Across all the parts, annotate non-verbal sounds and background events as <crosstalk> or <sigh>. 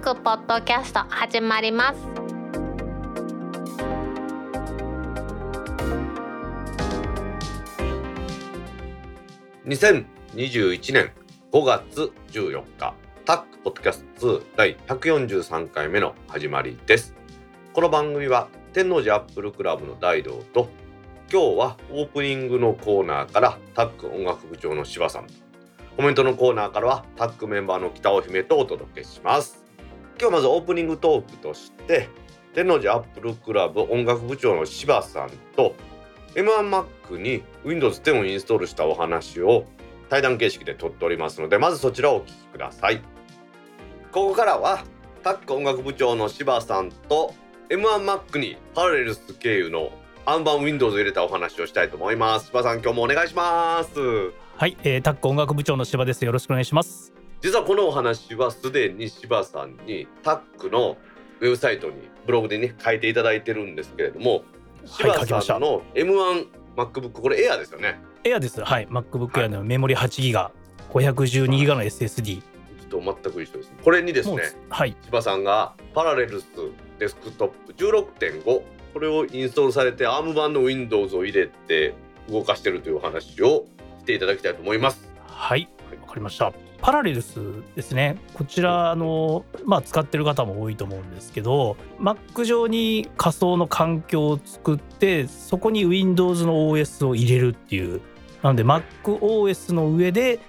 くポッドキャスト始まります2021年5月14日タックポッドキャスト2第143回目の始まりですこの番組は天王寺アップルクラブの大道と今日はオープニングのコーナーからタック音楽部長の柴さんコメントのコーナーからはタックメンバーの北尾姫とお届けします今日まずオープニングトークとして天王寺アップルクラブ音楽部長の柴さんと M1Mac に Windows 10をインストールしたお話を対談形式で撮っておりますのでまずそちらをお聞きくださいここからはタック音楽部長の柴さんと M1Mac にパラレルス経由のアンバン Windows を入れたお話をしたいと思います柴さん今日もお願いしますはい、えー、タック音楽部長の柴です。よろしくお願いします。実はこのお話はすでに柴さんにタックのウェブサイトにブログでね書いていただいてるんですけれどもはい、書き柴ましさんた。の M1MacBook これエアですよねエアです。はい、MacBook Air のメモリ8ギガ、512ギガの SSD。ちょっと全く一緒ですこれにですもうねはい、千葉さんがパラレルスデスクトップ16.5これをインストールされて ARM 版の Windows を入れて動かしてるというお話をしていただきたいと思います。はい、わかりました。パラレルスですね。こちらあのまあ使ってる方も多いと思うんですけど、Mac 上に仮想の環境を作って、そこに Windows の OS を入れるっていう。なので MacOS の上で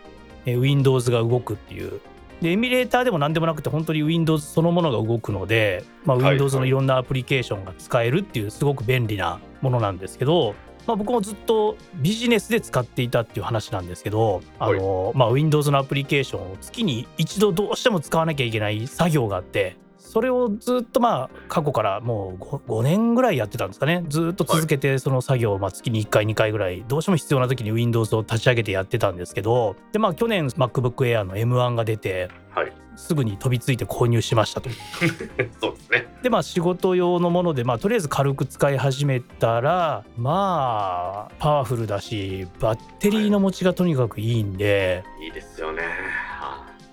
えー Windows が動くっていう。でエミュレーターでも何でもなくて本当に Windows そのものが動くので、まあ、はい Windows のいろんなアプリケーションが使えるっていうすごく便利なものなんですけど、まあ、僕もずっとビジネスで使っていたっていう話なんですけどあの、まあ、Windows のアプリケーションを月に一度どうしても使わなきゃいけない作業があってそれをずっとまあ過去からもう 5, 5年ぐらいやってたんですかねずっと続けてその作業をまあ月に1回2回ぐらいどうしても必要な時に Windows を立ち上げてやってたんですけどでまあ去年 MacBook Air の M1 が出てはい、すぐに飛びついて購入しましたと。 <laughs> そうですね。でまあ仕事用のもので、まあ、とりあえず軽く使い始めたらまあパワフルだしバッテリーの持ちがとにかくいいんでいいですよね。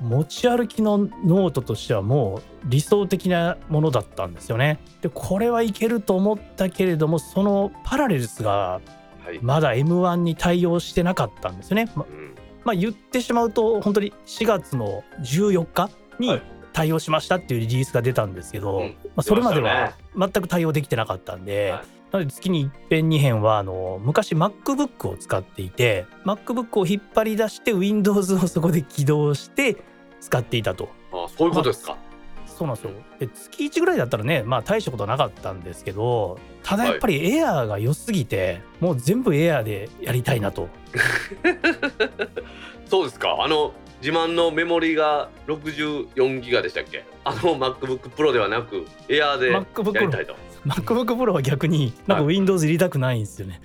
持ち歩きのノートとしてはもう理想的なものだったんですよね。でこれはいけると思ったけれどもそのパラレルスがはい。まだ M1 に対応してなかったんですよね。まうんまあ、言ってしまうと本当に4月の14日はにい対応しましたっていうリリースが出たんですけど、うんまあ、それまで出まは全く対応できてなかったんで、はいなので月に1編2編はあの昔 MacBook を使っていて MacBook を引っ張り出して Windows をそこで起動して使っていたと。あ、そういうことですか。そうなんですよで月1ぐらいだったらねまあ大したことなかったんですけどただやっぱりエアーが良すぎて、もう全部エアーでやりたいなとそうですか。あの自慢のメモリが64ギガでしたっけ？あの MacBook Pro ではなく Air でや MacBook りた <laughs> いと。 <laughs> MacBook Pro は逆になんかは Windows 入れたくないんですよね。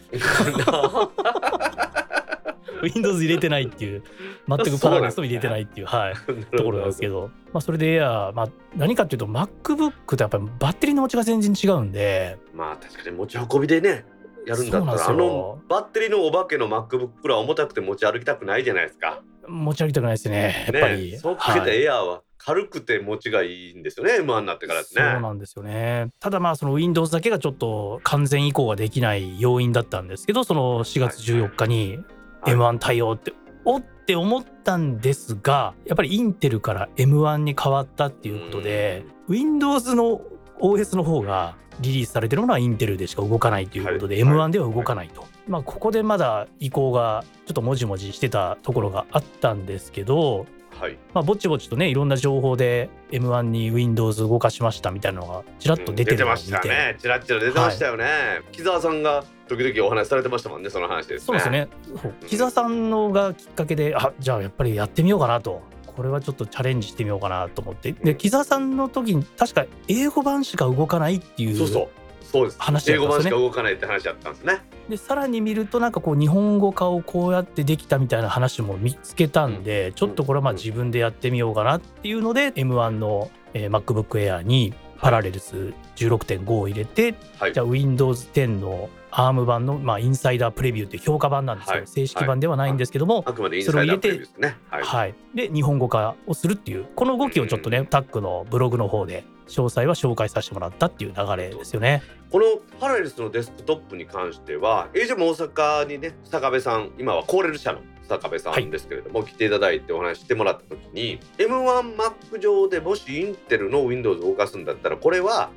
Windows 入れてないっていう全くパラレスを入れてないっていう、はい、ところなんですけど。ど、まあ、それでエアー、まあ、何かっていうと MacBook とやっぱりバッテリーの持ちが全然違うんでまあ確かに持ち運びでね。やるんだったらそあうなんですよのバッテリーのお化けの MacBook Pro は重たくて持ち歩きたくないじゃないですか。持ち歩きたくないですねやっぱり。ね、そうかけたはいエアーは軽くて持ちがいいんですよね、M1 になってからですそうね。なんですよねただまあその Windows だけがちょっと完全移行ができない要因だったんですけどその4月14日にはい M1 対応って、おって思ったんですがやっぱりインテルから M1 に変わったっていうことで Windows の OS の方がリリースされてるものはインテルでしか動かないということで、はい M1 では動かないと、まあ、ここでまだ移行がちょっともじもじしてたところがあったんですけど、はい。まあ、ぼちぼちとねいろんな情報で M1 に Windows 動かしましたみたいなのがちらっと出てるのをま見て,、したね。ちらちら出てましたよね。木澤さんが時々お話しされてましたもんね、その話ですね。そうですよ。ねそう木澤さんのがきっかけであじゃあやっぱりやってみようかなとこれはちょっとチャレンジしてみようかなと思ってうでん木澤さんの時に確か英語版しか動かないっていうそうそう。そうです。話だ英った語ん版ですよしねか動かないって話だったんですね。でさらに見るとなんかこう日本語化をこうやってできたみたいな話も見つけたんで、ちょっとこれはまあ自分でやってみようかなっていうので M1 の、えー MacBook Air にパラレルス16.5を入れてはいじゃ。あ Windows 10の ARM 版の、まあ、インサイダープレビューっていう評価版なんですよ、はい正式版ではないんですけども、あくまでインサイダープレビューですね。は。はいいで日本語化をするっていうこの動きをちょっとね、タックのブログの方で詳細は紹介させてもらったっていう流れですよね。このパラレルスのデスクトップに関しては、エージェも大阪にね、坂部さん、今はコーレル社の坂部さはいんですけれども、来ていただいてお話ししてもらった時に、M1 Mac 上でもしインテルの Windows を動かすんだったら、これは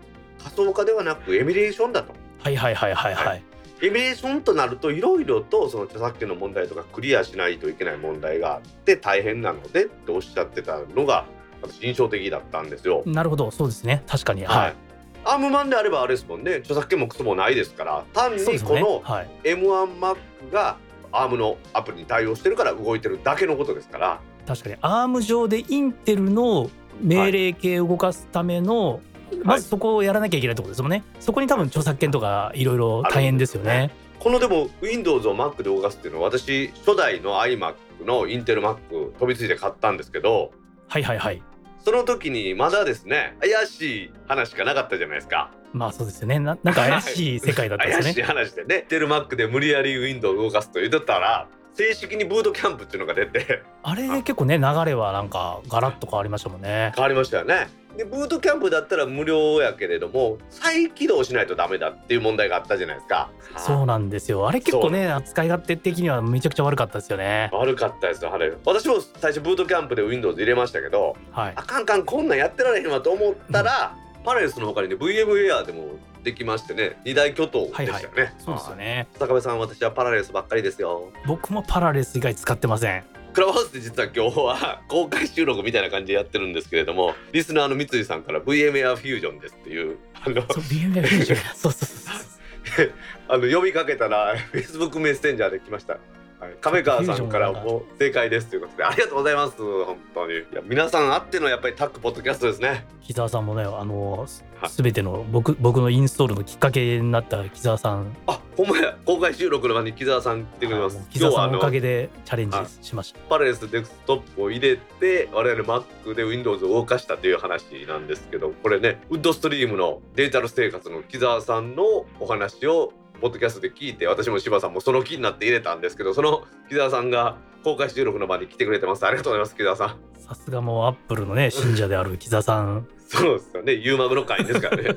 仮想化ではなくエミュレーションだと。はいはいはいはいはい。はエミュレーションとなるといろいろとその著作権の問題とかクリアしないといけない問題があって大変なのでっておっしゃってたのが私印象的だったんですよ。なるほどそうですね確かにはい、はい、アームマンであればあれですもんね著作権もクソもないですから単にそうですよこねのはい M1Mac がアームのアプリに対応してるから動いてるだけのことですから確かに ARM 上でインテルの命令系を動かすための、まずそこをやらなきゃいけないところですもんねそこに多分著作権とかいろいろ大変ですよねこのでも Windows を Mac で動かすっていうのは私初代の iMac のインテル Mac 飛びついて買ったんですけどはいはいはいその時にまだですね怪しい話しかなかったじゃないですか。まあそうですよねななんか怪しい世界だったんです怪よしいね話でね、テルマックで無理やり Windows を動かすと言ってたら、正式にブートキャンプっていうのが出 <laughs> てあれで結構ね流れはなんかガラッと変わりましたもんね変わりましたよね。で、ブートキャンプだったら無料やけれども、再起動しないとダメだっていう問題があったじゃないですか。そうなんですよあれ結構ね扱い勝手的にはめちゃくちゃ悪かったですよね悪かったですよ、あれ。私も最初ブートキャンプで Windows 入れましたけど、はいあかんあかん、こんなんやってられへんわと思ったら、パレスの他にね、VMWare でもできましてね、二大巨頭でしたよね。そうですよはい。ね坂部さん、私はパラレスばっかりですよ。僕もパラレス以外使ってませんクラブハウスで実は今日 <laughs> は公開収録みたいな感じでやってるんですけれどもリスナーの三井さんから VMAR フュージョンですっていうあのそう BMW じゃない <laughs> そうそうそうそうあの呼びかけたら <laughs> Facebook メッセンジャーで来ました。はい亀川さんからもう正解ですということでありがとうございます本当にいや皆さんあってのやっぱりタックポッドキャストですね木澤さんもねあのすはいすべての僕僕のインストールのきっかけになった木澤さんあほんまや公開収録の場に木澤さん来てくれます、あの木今澤日はさあんののおかげでチャレンジはいしましたパレスデスクトップを入れて我々 Mac で Windows を動かしたという話なんですけどこれねウッドストリームのデジタル生活の木澤さんのお話をポッドキャストで聞いて私も柴さんもその気になって入れたんですけどその木澤さんが公開収録の場に来てくれてますありがとうございます木澤さんさすがもうアップルのね信者である木澤さんそうですよねユーマグロ会ですから <laughs> ね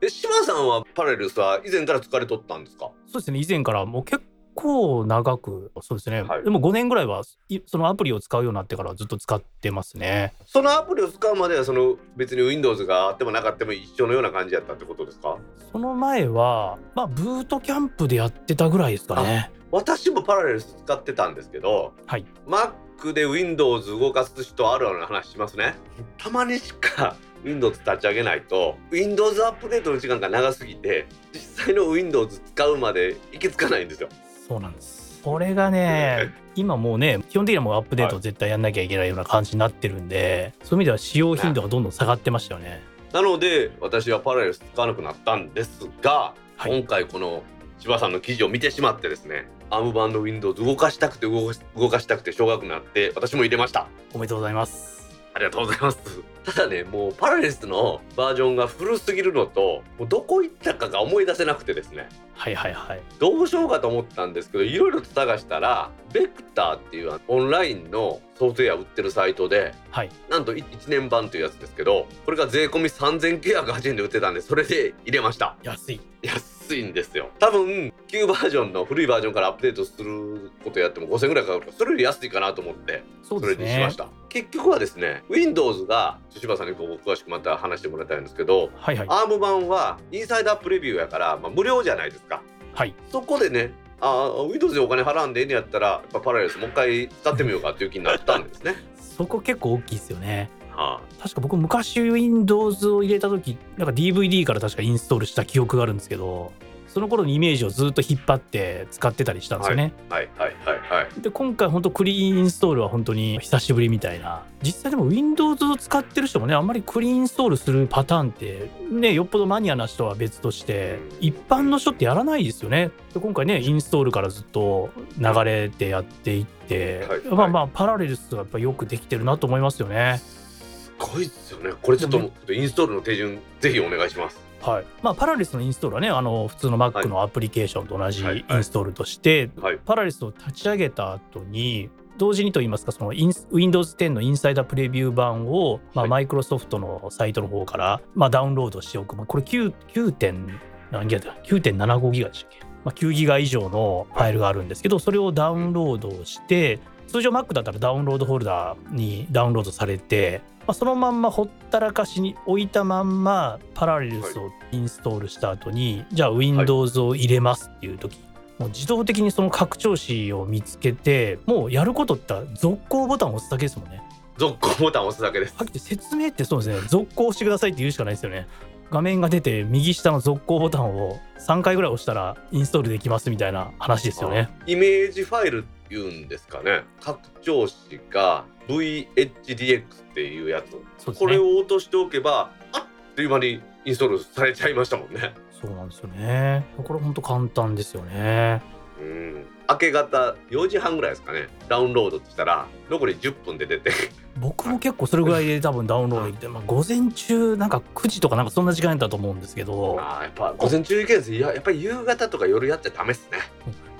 え柴さんはパレルスは以前から疲れとったんですかそうですね以前からもう結構長くそうですね、はいでも5年ぐらいはいそのアプリを使うようになってからずっと使ってますねそのアプリを使うまではその別に Windows があってもなかったも一緒のような感じやったってことですかその前はまあブートキャンプでやってたぐらいですかね私もパラレル使ってたんですけど、はい Mac で Windows 動かす人あるあるの話し <laughs> ますねたまにしか Windows 立ち上げないと Windows アップデートの時間が長すぎて実際の Windows 使うまで行き着かないんですよそうなんですこれがね今もうね基本的にはもうアップデートを絶対やんなきゃいけないような感じになってるんで、そういう意味では使用頻度がどんどん下がってましたよね。なので私はパラレル使わなくなったんですが、はい今回この千葉さんの記事を見てしまってですねアーム版の Windows 動かしたくて動かし動かしたくて小学になって私も入れましたおめでとうございます。ありがとうございます。ただね、もうパラレスのバージョンが古すぎるのと、もうどこ行ったかが思い出せなくてですね、はいはいはい。どうしようかと思ったんですけど、いろいろと探したら、ベクターっていうあのオンラインのソフトウェア売ってるサイトで、はい。なんとい1年版というやつですけど、これが税込み3980円で売ってたんで、それで入れました。安い。安いんですよ。多分、旧バージョンの古いバージョンからアップデートすることやっても5000円ぐらいかかるから、それより安いかなと思って、そうそでれすにしねまし。た、結局はですね Windows が柴さんにこう詳しくまた話してもらいたいんですけどはいはい。 ARM 版はインサイダープレビューやから、まあ、無料じゃないですかはい。そこでねあー Windows でお金払うんでええんやったらやっぱパラレルスもう一回使ってみようかっていう気になったんですね、そこ結構大きいですよね。 <laughs> は確か僕昔 Windows を入れた時なんか DVD から確かインストールした記憶があるんですけどその頃のイメージをずっと引っ張って使ってたりしたんですよね。いはいはいはいはいで今回本当クリーンインストールは本当に久しぶりみたいな実際でも Windows を使ってる人もねあんまりクリーンインストールするパターンってねよっぽどマニアな人は別として一般の人ってやらないですよねで今回ねインストールからずっと流れてやっていって、はいまあまあパラレルスがやっぱよくできてるなと思いますよねすごいですよねこれちょっとちょっとインストールの手順ぜひお願いしますはいまあ、パラリスのインストールはねあの普通の Mac のアプリケーションと同じはいインストールとして、はいパラリスを立ち上げた後に同時にといいますかそのインス Windows 10のインサイダープレビュー版を、まあ、はマイクロソフトのサイトの方から、まあ、ダウンロードしておく、まあ、これ9 9点何ギガだ9.75ギガでしたっけ、まあ、9ギガ以上のファイルがあるんですけどそれをダウンロードして通常 Mac だったらダウンロードフォルダにダウンロードされて、まあ、そのまんまほったらかしに置いたまんまパラレルスをインストールした後に、じゃあ Windows を入れますっていう時もう自動的にその拡張子を見つけてもうやることって続行ボタンを押すだけですもんね。続行ボタンを押すだけですはっきり言って説明ってそうですね続行してくださいって言うしかないですよね。画面が出て右下の続行ボタンを3回ぐらい押したらインストールできますみたいな話ですよね。イメージファイルっていうんですかね拡張子が VHDX っていうやつそうですこれね。を落としておけばあっという間にインストールされちゃいましたもんね。そうなんですよね。これ本当簡単ですよね。うん明け方4時半ぐらいですかねダウンロードってしたら残り10分で出て僕も結構それぐらいで多分ダウンロードできて、まあ、午前中なんか9時とかなんかそんな時間だと思うんですけどあーやっぱ午前中いけんですいややっぱり夕方とか夜やっちゃダメっすね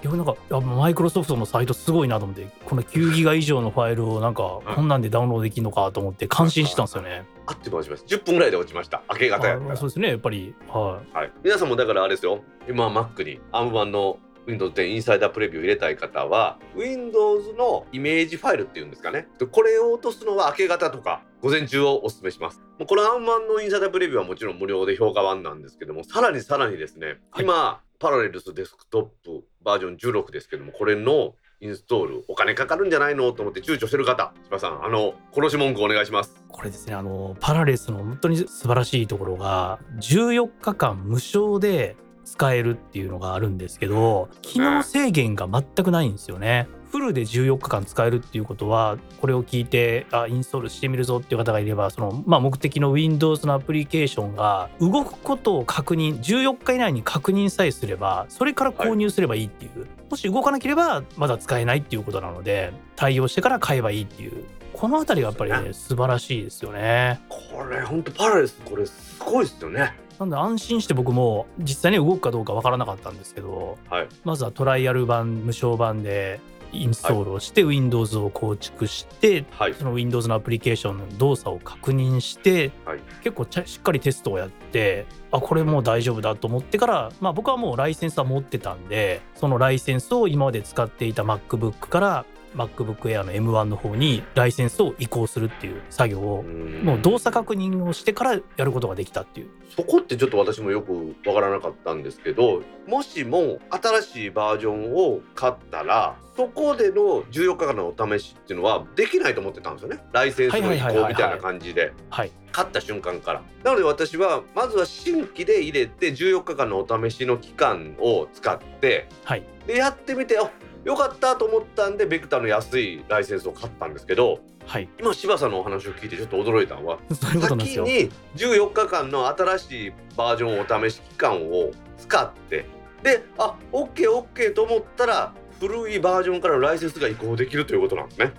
逆になんかあマイクロソフトのサイトすごいなと思ってこの9ギガ以上のファイルをなんかうんこんなんでダウンロードできるのかと思って感心してたんですよね。あっという間にします10分ぐらいで落ちました明け方やったあらそうですねやっぱり、ははい、皆さんもだからあれですよ今 Mac に ARM 版の Windows 10インサイダープレビューを入れたい方は Windows のイメージファイルっていうんですかねでこれを落とすのは明け方とか午前中をお勧めしますもうこの ARM 版のインサイダープレビューはもちろん無料で評価版なんですけどもさらにさらにですね、はい今パラレルスデスクトップバージョン16ですけどもこれのインストールお金かかるんじゃないのと思って躊躇してる方千葉さんあの殺し文句お願いしますい、これですねあのパラレスの本当に素晴らしいところが14日間無償で使えるっていうのがあるんですけど機能制限が全くないんですよね。フルで14日間使えるっていうことはこれを聞いてあインストールしてみるぞっていう方がいればその、まあ、目的の Windows のアプリケーションが動くことを確認14日以内に確認さえすればそれから購入すればいいっていう、もし動かなければまだ使えないっていうことなので対応してから買えばいいっていうこの辺りがやっぱり、そうね、素晴らしいですよね。これほんとパラレルスこれすごいですよねなんで安心して僕も実際に動くかどうかわからなかったんですけどはいまずはトライアル版無償版でインストールをして Windows を構築してはいその Windows のアプリケーションの動作を確認して、はい結構ちゃしっかりテストをやってあこれもう大丈夫だと思ってから、まあ、僕はもうライセンスは持ってたんでそのライセンスを今まで使っていた MacBook から MacBookAir の M1 の方にライセンスを移行するっていう作業を、もう動作確認をしてからやることができたっていう。そこってちょっと私もよくわからなかったんですけどもしも新しいバージョンを買ったらそこでの14日間のお試しっていうのはできないと思ってたんですよねライセンスの移はいはいはいはい行はいみたいな感じではい、買った瞬間からなので私はまずは新規で入れて14日間のお試しの期間を使って、はいでやってみてあよかったと思ったんでベクタの安いライセンスを買ったんですけどはい、 <laughs> 今柴さんのお話を聞いてちょっと驚いたのはそういうことなんです先よ。に14日間の新しいバージョンお試し期間を使ってであオッケーオッケーと思ったら古いバージョンからのライセンスが移行できるということなんですね。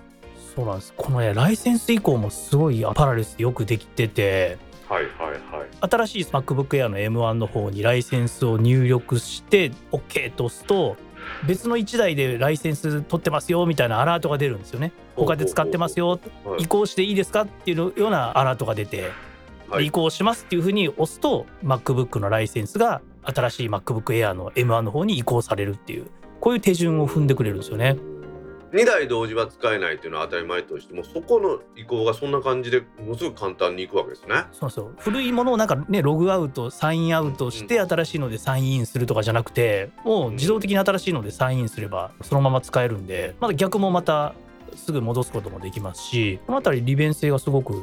そうなんですこのねライセンス移行もすごいあパラレスよくできててはいはいはい。新しい MacBook Air の M1 の方にライセンスを入力して OK と押すと別の1台でライセンス取ってますよみたいなアラートが出るんですよね。他で使ってますよほうほうほう。はい移行していいですかっていうようなアラートが出て、はい移行しますっていうふうに押すと MacBook のライセンスが新しい MacBook Air の M1 の方に移行されるっていうこういう手順を踏んでくれるんですよね。 2台同時は使えないっていうのは当たり前としてもそこの移行がそんな感じでものすごく簡単にいくわけですね。そうそう古いものをなんかねログアウトサインアウトして新しいのでサインインするとかじゃなくてもう自動的に新しいのでサインインすればそのまま使えるんでまだ逆もまたすぐ戻すこともできますしこの辺り利便性がすごく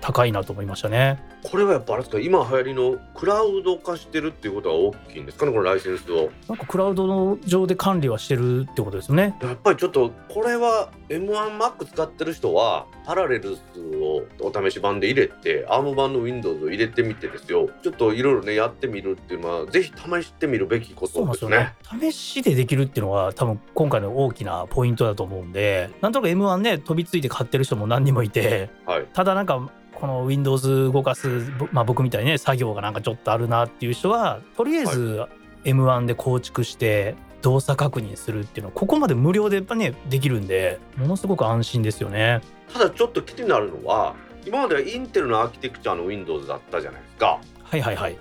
高いなと思いましたね。これはやっぱあれですか今流行りのクラウド化してるっていうことは大きいんですかねこのライセンスを。なんかクラウドの上で管理はしてるってことですよね。やっぱりちょっとこれは M1Mac 使ってる人はパラレルスをお試し版で入れて ARM 版の Windows を入れてみてですよちょっといろいろねやってみるっていうのはぜひ試してみるべきこそうとなんでですすよねね。試しでできるっていうのは多分今回の大きなポイントだと思うんでなんとなく M1 ね飛びついて買ってる人も何人もいてはいただなんかこの Windows 動かす、ぼまあ、僕みたいにね作業がなんかちょっとあるなっていう人はとりあえず M1 で構築して動作確認するっていうのはここまで無料でやっぱねできるんでものすごく安心ですよね。ただちょっと気になるのは今まではインテルのアーキテクチャの Windows だったじゃないですかはいはいはい。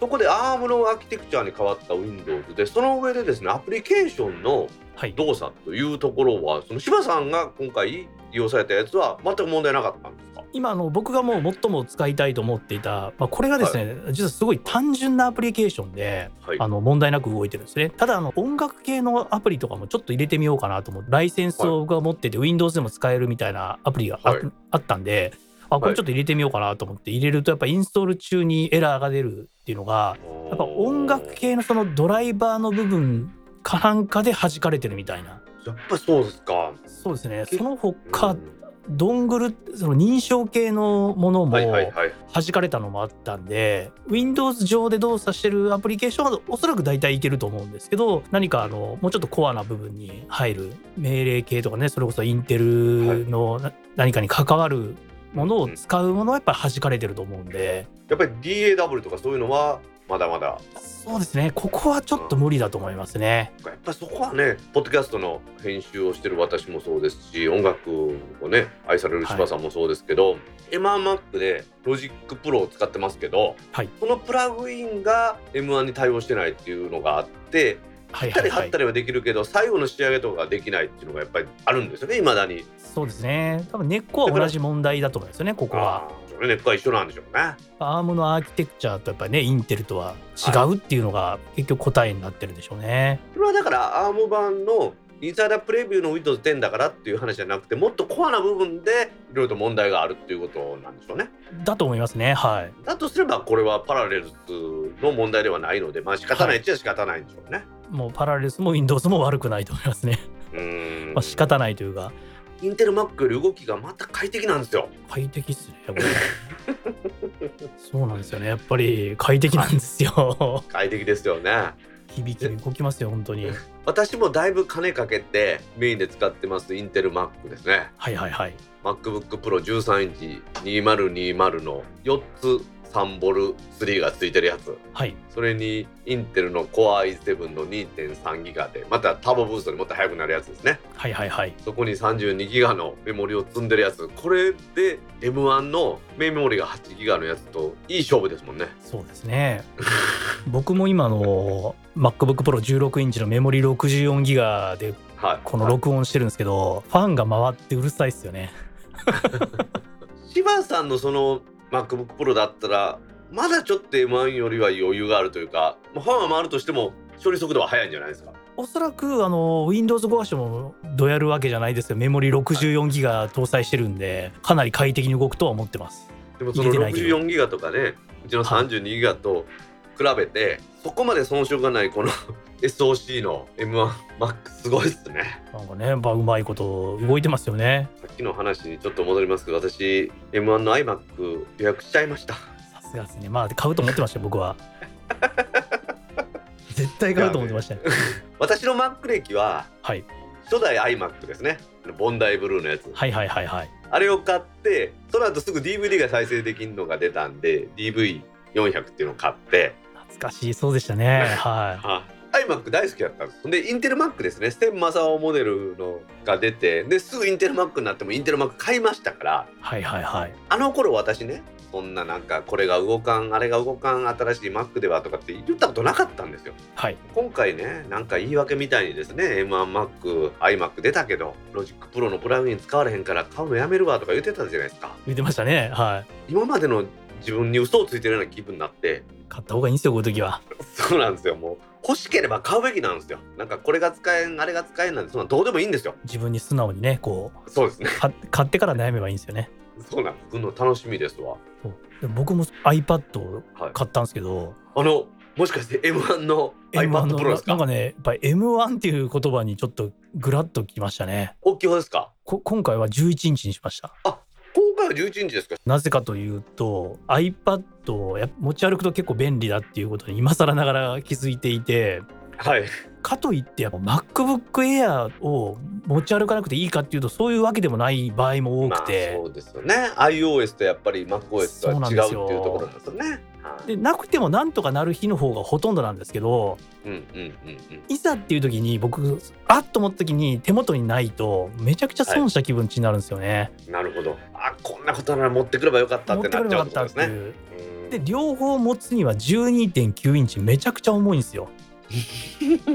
そこで ARM のアーキテクチャに変わった Windows でその上でですねアプリケーションのはい、動作というところはその柴さんが今回利用されたやつは全く問題なかったんですか今あの僕がもう最も使いたいと思っていた、まあ、これがですね、実はすごい単純なアプリケーションではいあの問題なく動いてるんですねただあの音楽系のアプリとかもちょっと入れてみようかなと思ってライセンスを僕が持ってて Windows でも使えるみたいなアプリがあ,、はいあったんであこれちょっと入れてみようかなと思って入れるとやっぱインストール中にエラーが出るっていうのがやっぱ音楽系のそのドライバーの部分かなんかで弾かれてるみたいなやっぱそうですか、そうですねけそのうん他、ドングルその認証系のものもはいはい弾はいかれたのもあったんで Windows 上で動作してるアプリケーションはおそらく大体いけると思うんですけど何かあのもうちょっとコアな部分に入る命令系とかねそれこそインテルのな何かに関わるものを使うものはやっぱり弾かれてると思うんでやっぱり DAW とかそういうのはまだまだそうですねここはちょっと無理だと思いますね。やっぱりそこはねポッドキャストの編集をしてる私もそうですし音楽をね愛される柴さんもそうですけど、エマーマックでロジックプロを使ってますけど、はいこのプラグインが M1 に対応してないっていうのがあってはい切ったはりいは貼っいたりはできるけど、最後の仕上げとかができないっていうのがやっぱりあるんですよねいまだに。そうですね多分根っこは同じ問題だと思うんですよねここは。あーね根っこは一緒なんでしょうね。アームのアーキテクチャとやっぱりねインテルとは違うっていうのが結局答えになってるんでしょうね。それはだからアーム版のインサイダープレビューの Windows10 だからっていう話じゃなくてもっとコアな部分でいろいろと問題があるっていうことなんでしょうね。だと思いますねはい。だとすればこれはパラレルズの問題ではないのでまあ仕方ないっちゃ仕方ないんでしょうね。もうパラレルスも Windows も悪くないと思いますね。 <laughs> うーんまあ仕方ないというかインテル Mac より動きがまた快適なんですよ。快適っすねこれ。そうなんですよねやっぱり快適なんですよ。 <laughs> 快適ですよね。響きに動きますよ本当に。私もだいぶ金かけてメインで使ってますインテル Mac ですね。はいはいはい。 MacBook Pro 13インチ2020の4つ3ボル3がついてるやつ。はいそれにインテルの Core i7 の2.3ギガでまたターボブーストでもっと速くなるやつですねはいはいはい。そこに32ギガのメモリを積んでるやつこれで M1 のメモリが8ギガのやつといい勝負ですもんねそうですね。僕も今の MacBook Pro 16インチのメモリ64ギガではいこの録音してるんですけど、ファンが回ってうるさいっすよね。柴さんのその MacBook Pro だったらまだちょっと M1 よりは余裕があるというかまあファンは回るとしても処理速度は速いんじゃないですかおそらくあの Windows 5種もどやるわけじゃないですけどメモリ64ギガ搭載してるんでかなり快適に動くとは思ってます。でもその入れてないけど64ギガとかねうちの32ギガと比べてそこまで遜色がないこの <laughs> SOC の M1Mac すごいっすねなんかねやっぱうまいこと動いてますよね。さっきの話にちょっと戻りますけど私 M1 の iMac 予約しちゃいましたさすがですね。まあ買うと思ってましたよ <laughs> 僕は。絶対買うと思ってましたよ。私の Mac 歴ははい初代 iMac ですねあのボンダイブルーのやつはいはいはいはい。あれを買ってその後すぐ DVD が再生できるのが出たんで DV400 っていうのを買って懐かしいそうでしたね。ははい iMac 大好きだったんですでインテル Mac ですねステンマサオモデルのが出てですぐインテル Mac になってもインテル Mac 買いましたからいはいはいはい。あの頃私ねそんななんかこれが動かんあれが動かん新しい Mac ではとかって言ったことなかったんですよはい今回ねなんか言い訳みたいにですね M1Mac、iMac 出たけどロジックプロのプラグイン使われへんから買うのやめるわとか言ってたじゃないですか言ってましたね。はい。今までの自分に嘘をついてるような気分になって買った方がいいんですよこういう時は。そうなんですよもう欲しければ買うべきなんですよなんかこれが使えんあれが使えんなんてそんなんどうでもいいんですよ自分に素直にねこうそうですねか買ってから悩めばいいんですよね。そうなんです僕の楽しみですわそうで僕も iPad をはい買ったんですけど、あのもしかして M1 の M1 iPad の Pro ですななんかかねやっぱり M1 っていう言葉にちょっとグラッときましたね大きい方ですかこ今回は11インチにしました今回は11インチですかなぜかというと iPad をやっぱ持ち歩くと結構便利だっていうことに今更ながら気づいていてはいかといってやっぱ MacBook Air を持ち歩かなくていいかっていうとそういうわけでもない場合も多まあくて、そうですよね iOS とやっぱり MacOS とそうはなん違でうっすていうよところなんですよねはいでなくてもなんとかなる日の方がほとんどなんですけどうんうんうんうんいざっていう時に僕あっと思った時に手元にないとめちゃくちゃ損した気分になるんですよね。なるほど。あ、こんなことなら持ってくればよかったっ持っててなこっれちゃばうよっかてことったでっすてね。いう。うんで両方持つには12.9インチめちゃくちゃ重いんで <laughs> すよ。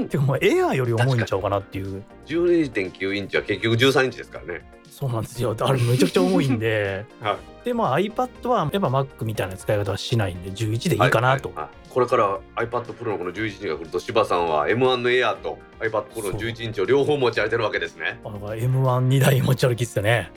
てかもうエアーより重いんちゃうかなっていう12.9インチは結局13インチですからね。そうなんですよあれめちゃくちゃ重いんで、 <laughs> はでまあ iPad はやっぱ Mac みたいな使い方はしないんで11でいいかなと、はいはいこれから iPad Pro のこの11インチが来ると柴さんは M1 の Air と iPad Pro の11インチを両方持ち歩いてるわけです <laughs> ね。あの M12 台持ち歩きっすよね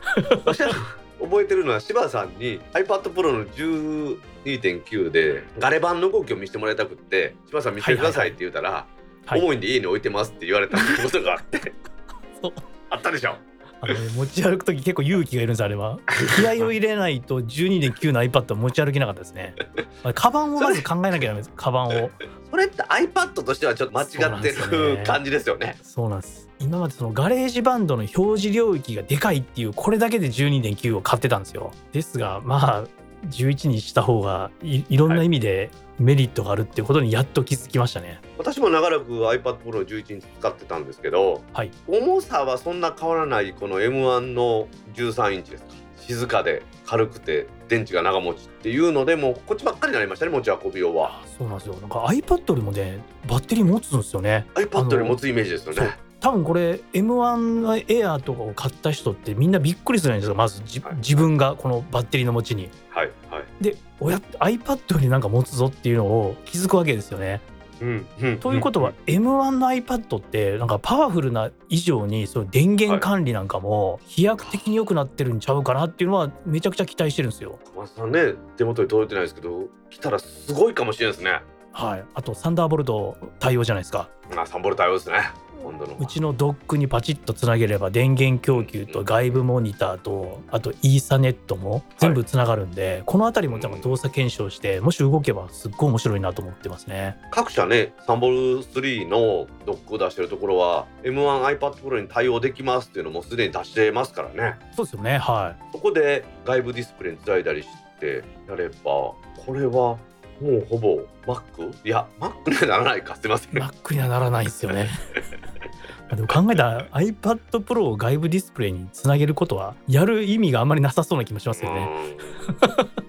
覚えてるのは柴さんに iPad Pro の12.9でガレ版の動きを見せてもらいたくって柴さん見せてくださいって言ったら、はい重いんで家に置いてますって言われたことがあって <laughs> そうあったでしょあの持ち歩く時結構勇気がいるんですあれ <laughs> は気合を入れないと12.9の iPad は持ち歩けなかったですね、まあ、カバンをまず考えなきゃダメですカバンをそれって iPad としてはちょっと間違ってそうなんでするよね感じですよね。そうなんです今までそのガレージバンドの表示領域がでかいっていうこれだけで12.9を買ってたんですよですがまあ11にした方がいいろんな意味でメリットがあるっていうことにやっと気づきましたね、私も長らく iPad Pro 11インチ使ってたんですけど、はい重さはそんな変わらないこの M1 の13インチですか静かで軽くて電池が長持ちっていうのでもうこっちばっかりになりましたね持ち運び用はそうなんですよなんか iPad よりもねバッテリー持つんですよね iPad より持つイメージですよそうね多分これ M1 の Air とかを買った人ってみんなびっくりするんですよまずじはい自分がこのバッテリーの持ちにはいはいでおや iPad よりなんか持つぞっていうのを気づくわけですよねうんうんということは、M1 の iPad ってなんかパワフルな以上にそういう電源管理なんかも飛躍的に良くなってるんちゃうかなっていうのはめちゃくちゃ期待してるんですよ。うん小松さんね手元に届いてないですけど来たらすごいかもしれないですねはい、あとサンダーボルト対応じゃないですかあ3ボルト対応ですね今度のうちのドックにパチッとつなげれば電源供給と外部モニターとあとイーサネットも全部つながるんで、この辺りも多分動作検証してもし動けばすっごい面白いなと思ってますね。各社ねサンボル3のドックを出してるところは M1iPad Pro に対応できますっていうのもすでに出してますからねそうですよねはいそこで外部ディスプレイにつないだりしてやればこれはもうほぼ Mac? いや Mac にはならないかすいません <laughs> マックにはならないんですよね。 <laughs> でも考えたら iPad Pro を外部ディスプレイにつなげることはやる意味があんまりなさそうな気もしますよね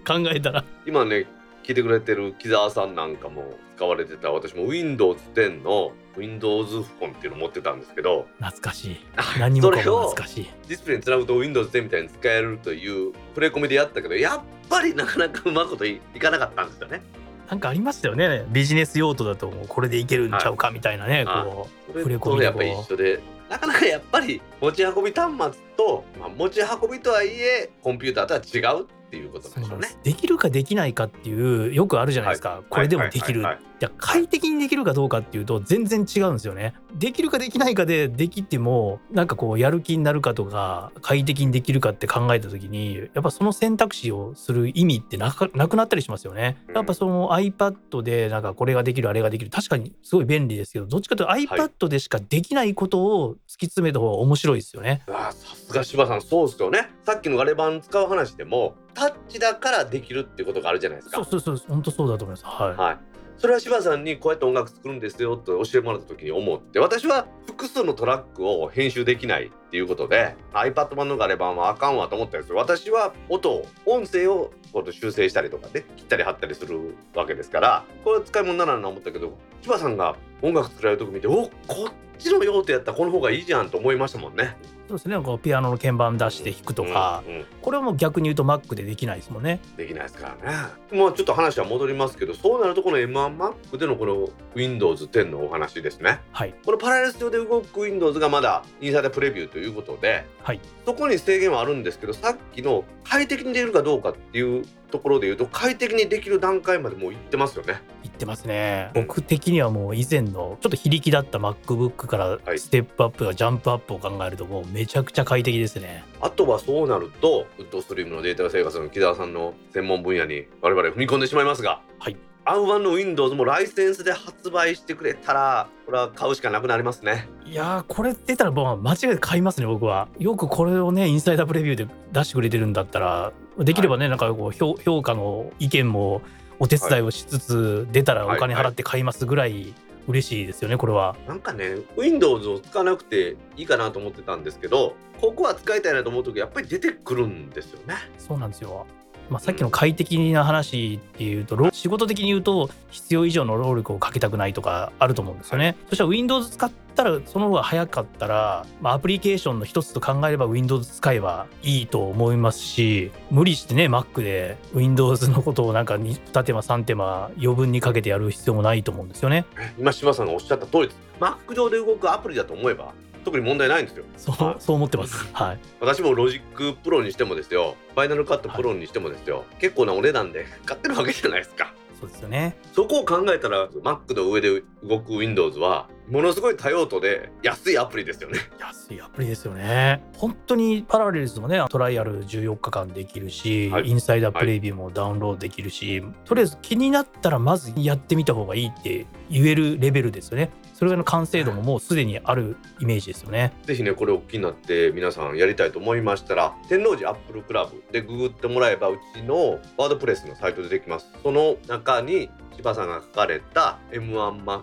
うん考えたら今ね聞いてくれてる木澤さんなんかも使われてた私も Windows 10の Windows フォンっていうの持ってたんですけど懐かしい何もかもそれを懐かしいディスプレイにつなぐと Windows 10みたいに使えるという触れ込みでやったけどやっぱりなかなかうまくいいかなかったんですよね。なんかありましたよねビジネス用途だともうこれでいけるんちゃうかみたいなね、はいこそう触れれ込とみでやっぱり一緒でなかなかやっぱり持ち運び端末と、まあ、持ち運びとはいえコンピューターとは違うっていうこうとなんでしょうね。できるかできないかっていうよくあるじゃないですか、これでもできる、いはいはいや快適にできるかどうかっていうと全然違うんですよねできるかできないかでできてもなんかこうやる気になるかとか快適にできるかって考えた時にやっぱその選択肢をする意味ってなかなくなったりしますよねうんやっぱその iPad でなんかこれができるあれができる確かにすごい便利ですけどどっちかというと iPad でしかできないことを突き詰めた方が面白いですよねうわあさすが柴さんそうですよねさっきのガレ版使う話でもタッチだからできるってことがあるじゃないですかそうそうそう本当そうだと思いますはいはい、それは柴さんにこうやって音楽作るんですよと教えてもらった時に思って私は複数のトラックを編集できないっていうことで iPad 版のガレ版はあかんわと思ったんですよ私は音を音声をこう修正したりとかね切ったり貼ったりするわけですからこれは使い物にならんな思ったけど柴さんが音楽作られるとこ見ておこっちの用途やったらこの方がいいじゃんと思いましたもんね。そうですねこうピアノの鍵盤出して弾くとか、うんうんこれはもう逆に言うと Mac でできないですもんね。できないですからね。まあちょっと話は戻りますけどそうなるとこの M1Mac でのこの Windows 10のお話ですね。はい、このパラレル上で動く Windows がまだインサイダープレビューということで、はいそこに制限はあるんですけどさっきの快適にできるかどうかっていうところで言うと快適にできる段階までもう行ってますよね。言ってますね。うん僕的にはもう以前のちょっと非力だった MacBook からはいステップアップやジャンプアップを考えるともうめちゃくちゃ快適ですね。あとはそうなるとウッドストリームのデータ生活の木澤さんの専門分野に我々踏み込んでしまいますが、はいアンワンの Windows もライセンスで発売してくれたらこれは買うしかなくなりますねいやーこれ出たらもう間違いで買いますね僕はよくこれをねインサイダープレビューで出してくれてるんだったらできればね、なんかこう評評価の意見もお手伝いをしつつ、出たらお金払って買いますぐらい嬉しいですよねこれはなんかね Windows を使わなくていいかなと思ってたんですけどここは使いたいなと思う時やっぱり出てくるんですよねそうなんですよまあ、さっきの快適な話っていうと、労仕事的に言うと必要以上の労力をかけたくないとかあると思うんですよね。そしたら Windows 使ったらその方が早かったら、まあ、アプリケーションの一つと考えれば Windows 使えばいいと思いますし無理してね Mac で Windows のことをなんかに2手間3手間余分にかけてやる必要もないと思うんですよね。今柴さんがおっしゃった通りです Mac 上で動くアプリだと思えば特に問題ないんですよそうそう思ってます。はい、私もロジックプロにしてもですよファイナルカットプロにしてもですよ、結構なお値段で <laughs> 買ってるわけじゃないですかそうですよね。そこを考えたら Mac の上で動く Windows はものすごい多用途で安いアプリですよね安いアプリですよね本当にパラレルズもねトライアル14日間できるし、はいインサイダープレビューもダウンロードできるし、とりあえず気になったらまずやってみた方がいいって言えるレベルですよねそれぐらいの完成度ももうすでにあるイメージですよねぜひねこれを気になって皆さんやりたいと思いましたら天王寺アップルクラブでググってもらえばうちのワードプレスのサイト出てきますその中に柴さんが書かれた M1Mac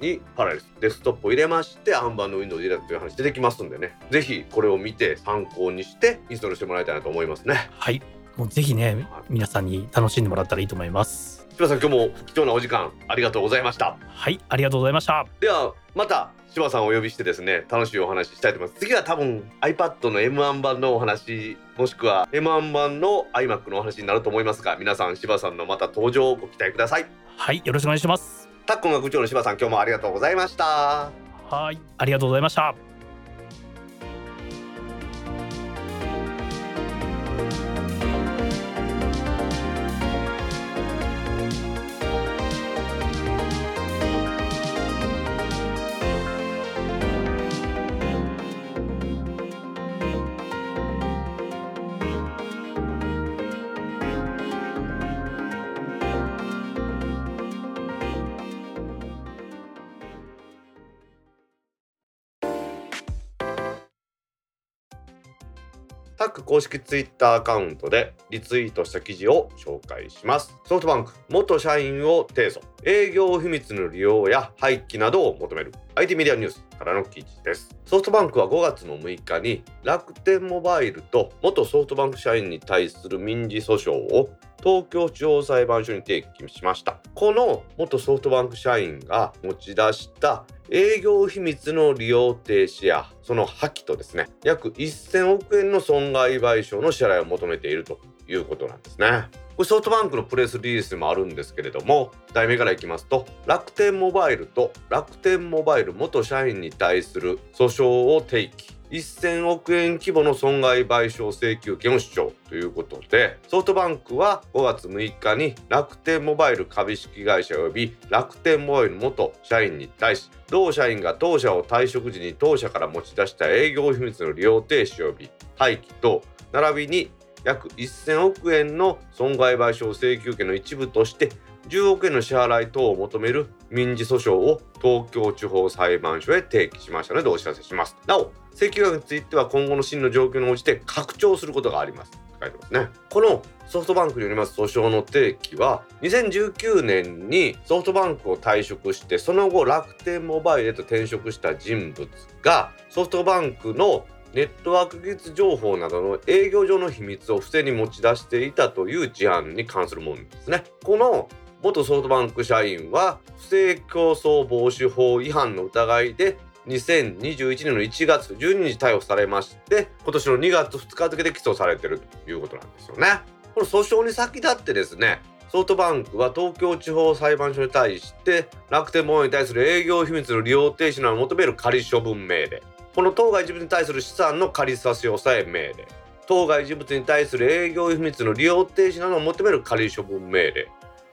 にパラレルデスクトップを入れましてアンバーの Windows を入れたという話出てきますんでねぜひこれを見て参考にしてインストールしてもらいたいなと思いますねはいもうぜひねはい皆さんに楽しんでもらったらいいと思います柴さん今日も貴重なお時間ありがとうございましたはいありがとうございましたではまた柴さんをお呼びしてですね楽しいお話ししたいと思います次は多分 iPad の M1 版のお話もしくは M1 版の iMac のお話になると思いますが皆さん柴さんのまた登場をご期待くださいはいよろしくお願いしますタッコン学長の柴さん今日もありがとうございましたはいありがとうございましたタック公式ツイッターアカウントでリツイートした記事を紹介しますソフトバンク元社員を提訴営業秘密の利用や廃棄などを求める IT メディアニュースからの記事ですソフトバンクは5月の6日に楽天モバイルと元ソフトバンク社員に対する民事訴訟を東京地方裁判所に提起しましたこの元ソフトバンク社員が持ち出した営業秘密の利用停止やその破棄とですね約1000億円の損害賠償の支払いを求めているということなんですねこれソフトバンクのプレスリリースでもあるんですけれども題名からいきますと楽天モバイルと楽天モバイル元社員に対する訴訟を提起1000億円規模の損害賠償請求権を主張ということでソフトバンクは5月6日に楽天モバイル株式会社及び楽天モバイル元社員に対し同社員が当社を退職時に当社から持ち出した営業秘密の利用停止及び廃棄等並びに約1000億円の損害賠償請求権の一部として10億円の支払い等を求める民事訴訟を東京地方裁判所へ提起しましたのでお知らせしますなお請求額については今後の真の状況に応じて拡張することがあります書いてますねこのソフトバンクによります訴訟の提起は2019年にソフトバンクを退職してその後楽天モバイルへと転職した人物がソフトバンクのネットワーク技術情報などの営業上の秘密を不正に持ち出していたという事案に関するものですね。この元ソフトバンク社員は不正競争防止法違反の疑いで2021年の1月12日逮捕されまして今年の2月2日付で起訴されているということなんですよね。この訴訟に先立ってですねソフトバンクは東京地方裁判所に対して楽天モバイルに対する営業秘密の利用停止などを求める仮処分命令この当該事物に対する資産の仮差し押さえ命令当該事物に対する営業秘密の利用停止などを求める仮処分命令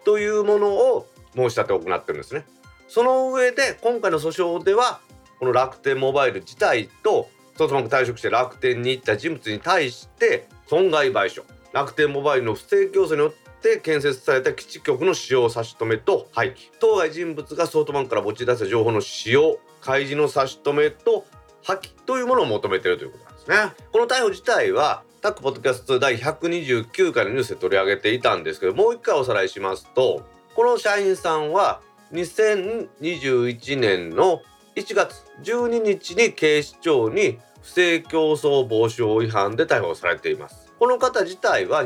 というものを申し立てを行ってるんですねその上で今回の訴訟ではこの楽天モバイル自体とソフトバンク退職して楽天に行った人物に対して損害賠償楽天モバイルの不正競争によっって建設された基地局の使用差し止めと廃棄当該人物がソフトバンクから持ち出した情報の使用開示の差し止めと破棄というものを求めているということなんですねこの逮捕自体はタックポッドキャスト第129回のニュースで取り上げていたんですけどもう一回おさらいしますとこの社員さんは2021年の1月12日に警視庁に不正競争防止法違反で逮捕されていますこの方自体は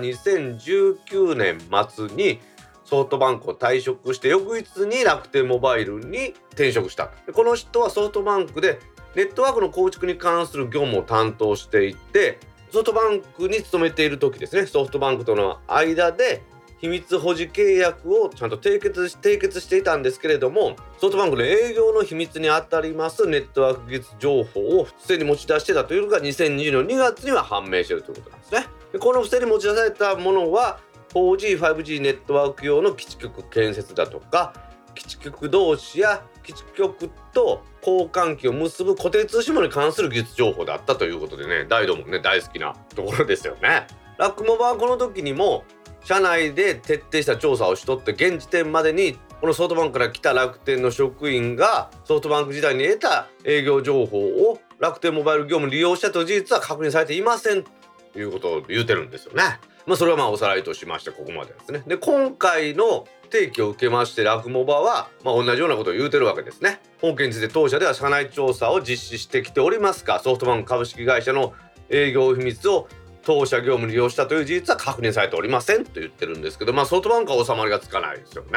2019年末にソフトバンクを退職して翌日に楽天モバイルに転職したでこの人はソフトバンクでネットワークの構築に関する業務を担当していてソフトバンクに勤めている時ですねソフトバンクとの間で秘密保持契約をちゃんと締結し締結していたんですけれどもソフトバンクの営業の秘密にあたりますネットワーク技術情報を不正に持ち出してたというのが2020年2月には判明しているということなんですね。でこの不正に持ち出されたものは 4G、5G ネットワーク用の基地局建設だとか基地局同士や基地局と交換機を結ぶ固定通信網に関する技術情報だったということでね大道もね大好きなところですよね。ラクモバはこの時にも社内で徹底した調査をしとって現時点までにこのソフトバンクから来た楽天の職員がソフトバンク時代に得た営業情報を楽天モバイル業務に利用したという事実は確認されていませんということを言うてるんですよね。まあ、それはまあおさらいとしましてここまでですね。で今回の提起を受けましてラフモバはまあ同じようなことを言うてるわけですね。本件について当社では社内調査を実施してきておりますがソフトバンク株式会社の営業秘密を当社業務に利用したという事実は確認されておりませんと言ってるんですけど、まあ、ソフトバンクは収まりがつかないですよね。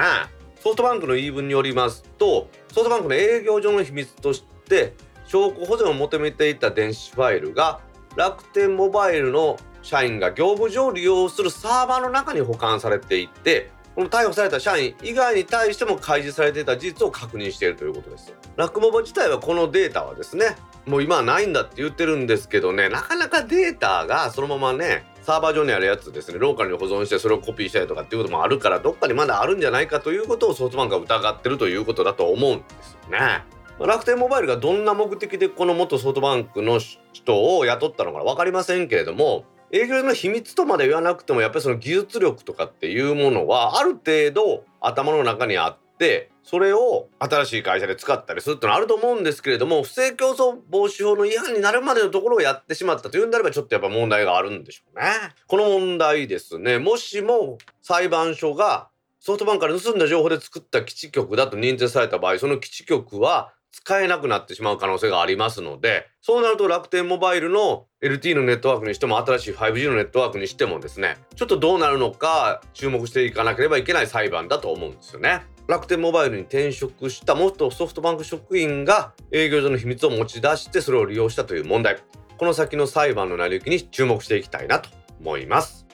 ソフトバンクの言い分によりますとソフトバンクの営業上の秘密として証拠保全を求めていた電子ファイルが楽天モバイルの社員が業務上利用するサーバーの中に保管されていてこの逮捕された社員以外に対しても開示されていた事実を確認しているということですラクモバ自体はこのデータはですねもう今はないんだって言ってるんですけどねなかなかデータがそのままねサーバー上にあるやつですねローカルに保存してそれをコピーしたりとかっていうこともあるからどっかにまだあるんじゃないかということをソフトバンクが疑ってるということだと思うんですよね楽天モバイルがどんな目的でこの元ソフトバンクの人を雇ったのか分かりませんけれども営業の秘密とまで言わなくてもやっぱりその技術力とかっていうものはある程度頭の中にあってそれを新しい会社で使ったりするってのはあると思うんですけれども不正競争防止法の違反になるまでのところをやってしまったというんであればちょっとやっぱ問題があるんでしょうね。この問題ですねもしも裁判所がソフトバンクから盗んだ情報で作った基地局だと認定された場合その基地局は使えなくなってしまう可能性がありますのでそうなると楽天モバイルの LT のネットワークにしても新しい 5G のネットワークにしてもですねちょっとどうなるのか注目していかなければいけない裁判だと思うんですよね。楽天モバイルに転職した元ソフトバンク職員が営業所の秘密を持ち出してそれを利用したという問題この先の裁判の成り行きに注目していきたいなと思います。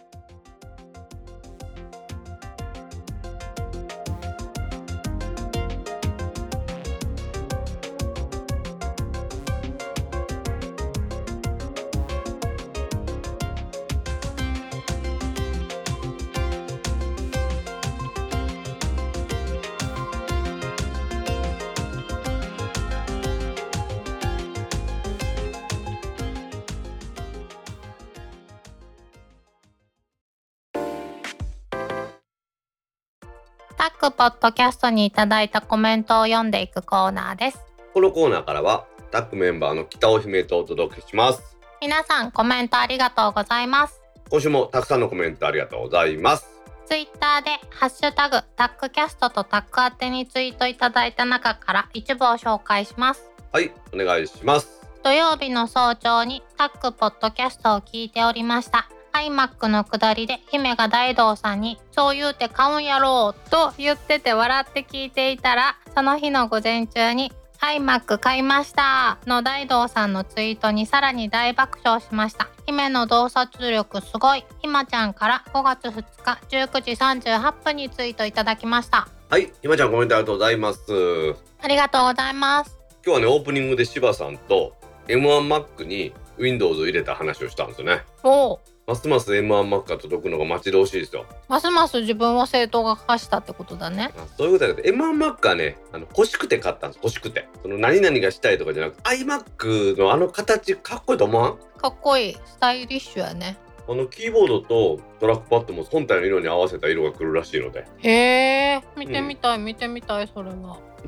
タックポッドキャストにいただいたコメントを読んでいくコーナーですこのコーナーからはタックメンバーの北尾姫とお届けします。皆さんコメントありがとうございます今週もたくさんのコメントありがとうございます。ツイッターでハッシュタグタックキャストとタック宛てにツイートいただいた中から一部を紹介しますはい、お願いします。土曜日の早朝にタックポッドキャストを聞いておりましたハイマックの下りで姫が大道さんに「そう言うて買うんやろう」と言ってて笑って聞いていたらその日の午前中に「ハイマック買いました」の大道さんのツイートにさらに大爆笑しました姫の洞察力すごいひまちゃんから5月2日19時38分にツイートいただきましたはい、ひまちゃんコメントありがとうございます。今ありがとうございます日はね、オープニングで柴さんと M1Mac に Windows を入れた話をしたんですよね。おおますます M1Mac が届くのが待ち遠しいですよ。ますます自分を正当化したってことだねあそういうことだけど、M1Mac はね、あの欲しくて買ったんです、欲しくて。その何々がしたいとかじゃなくて、iMac のあの形かっこいいと思わんかっこいいスタイリッシュやねあのキーボードとトラックパッドも本体の色に合わせた色が来るらしいのでへえ見てみたい、見てみたいそれは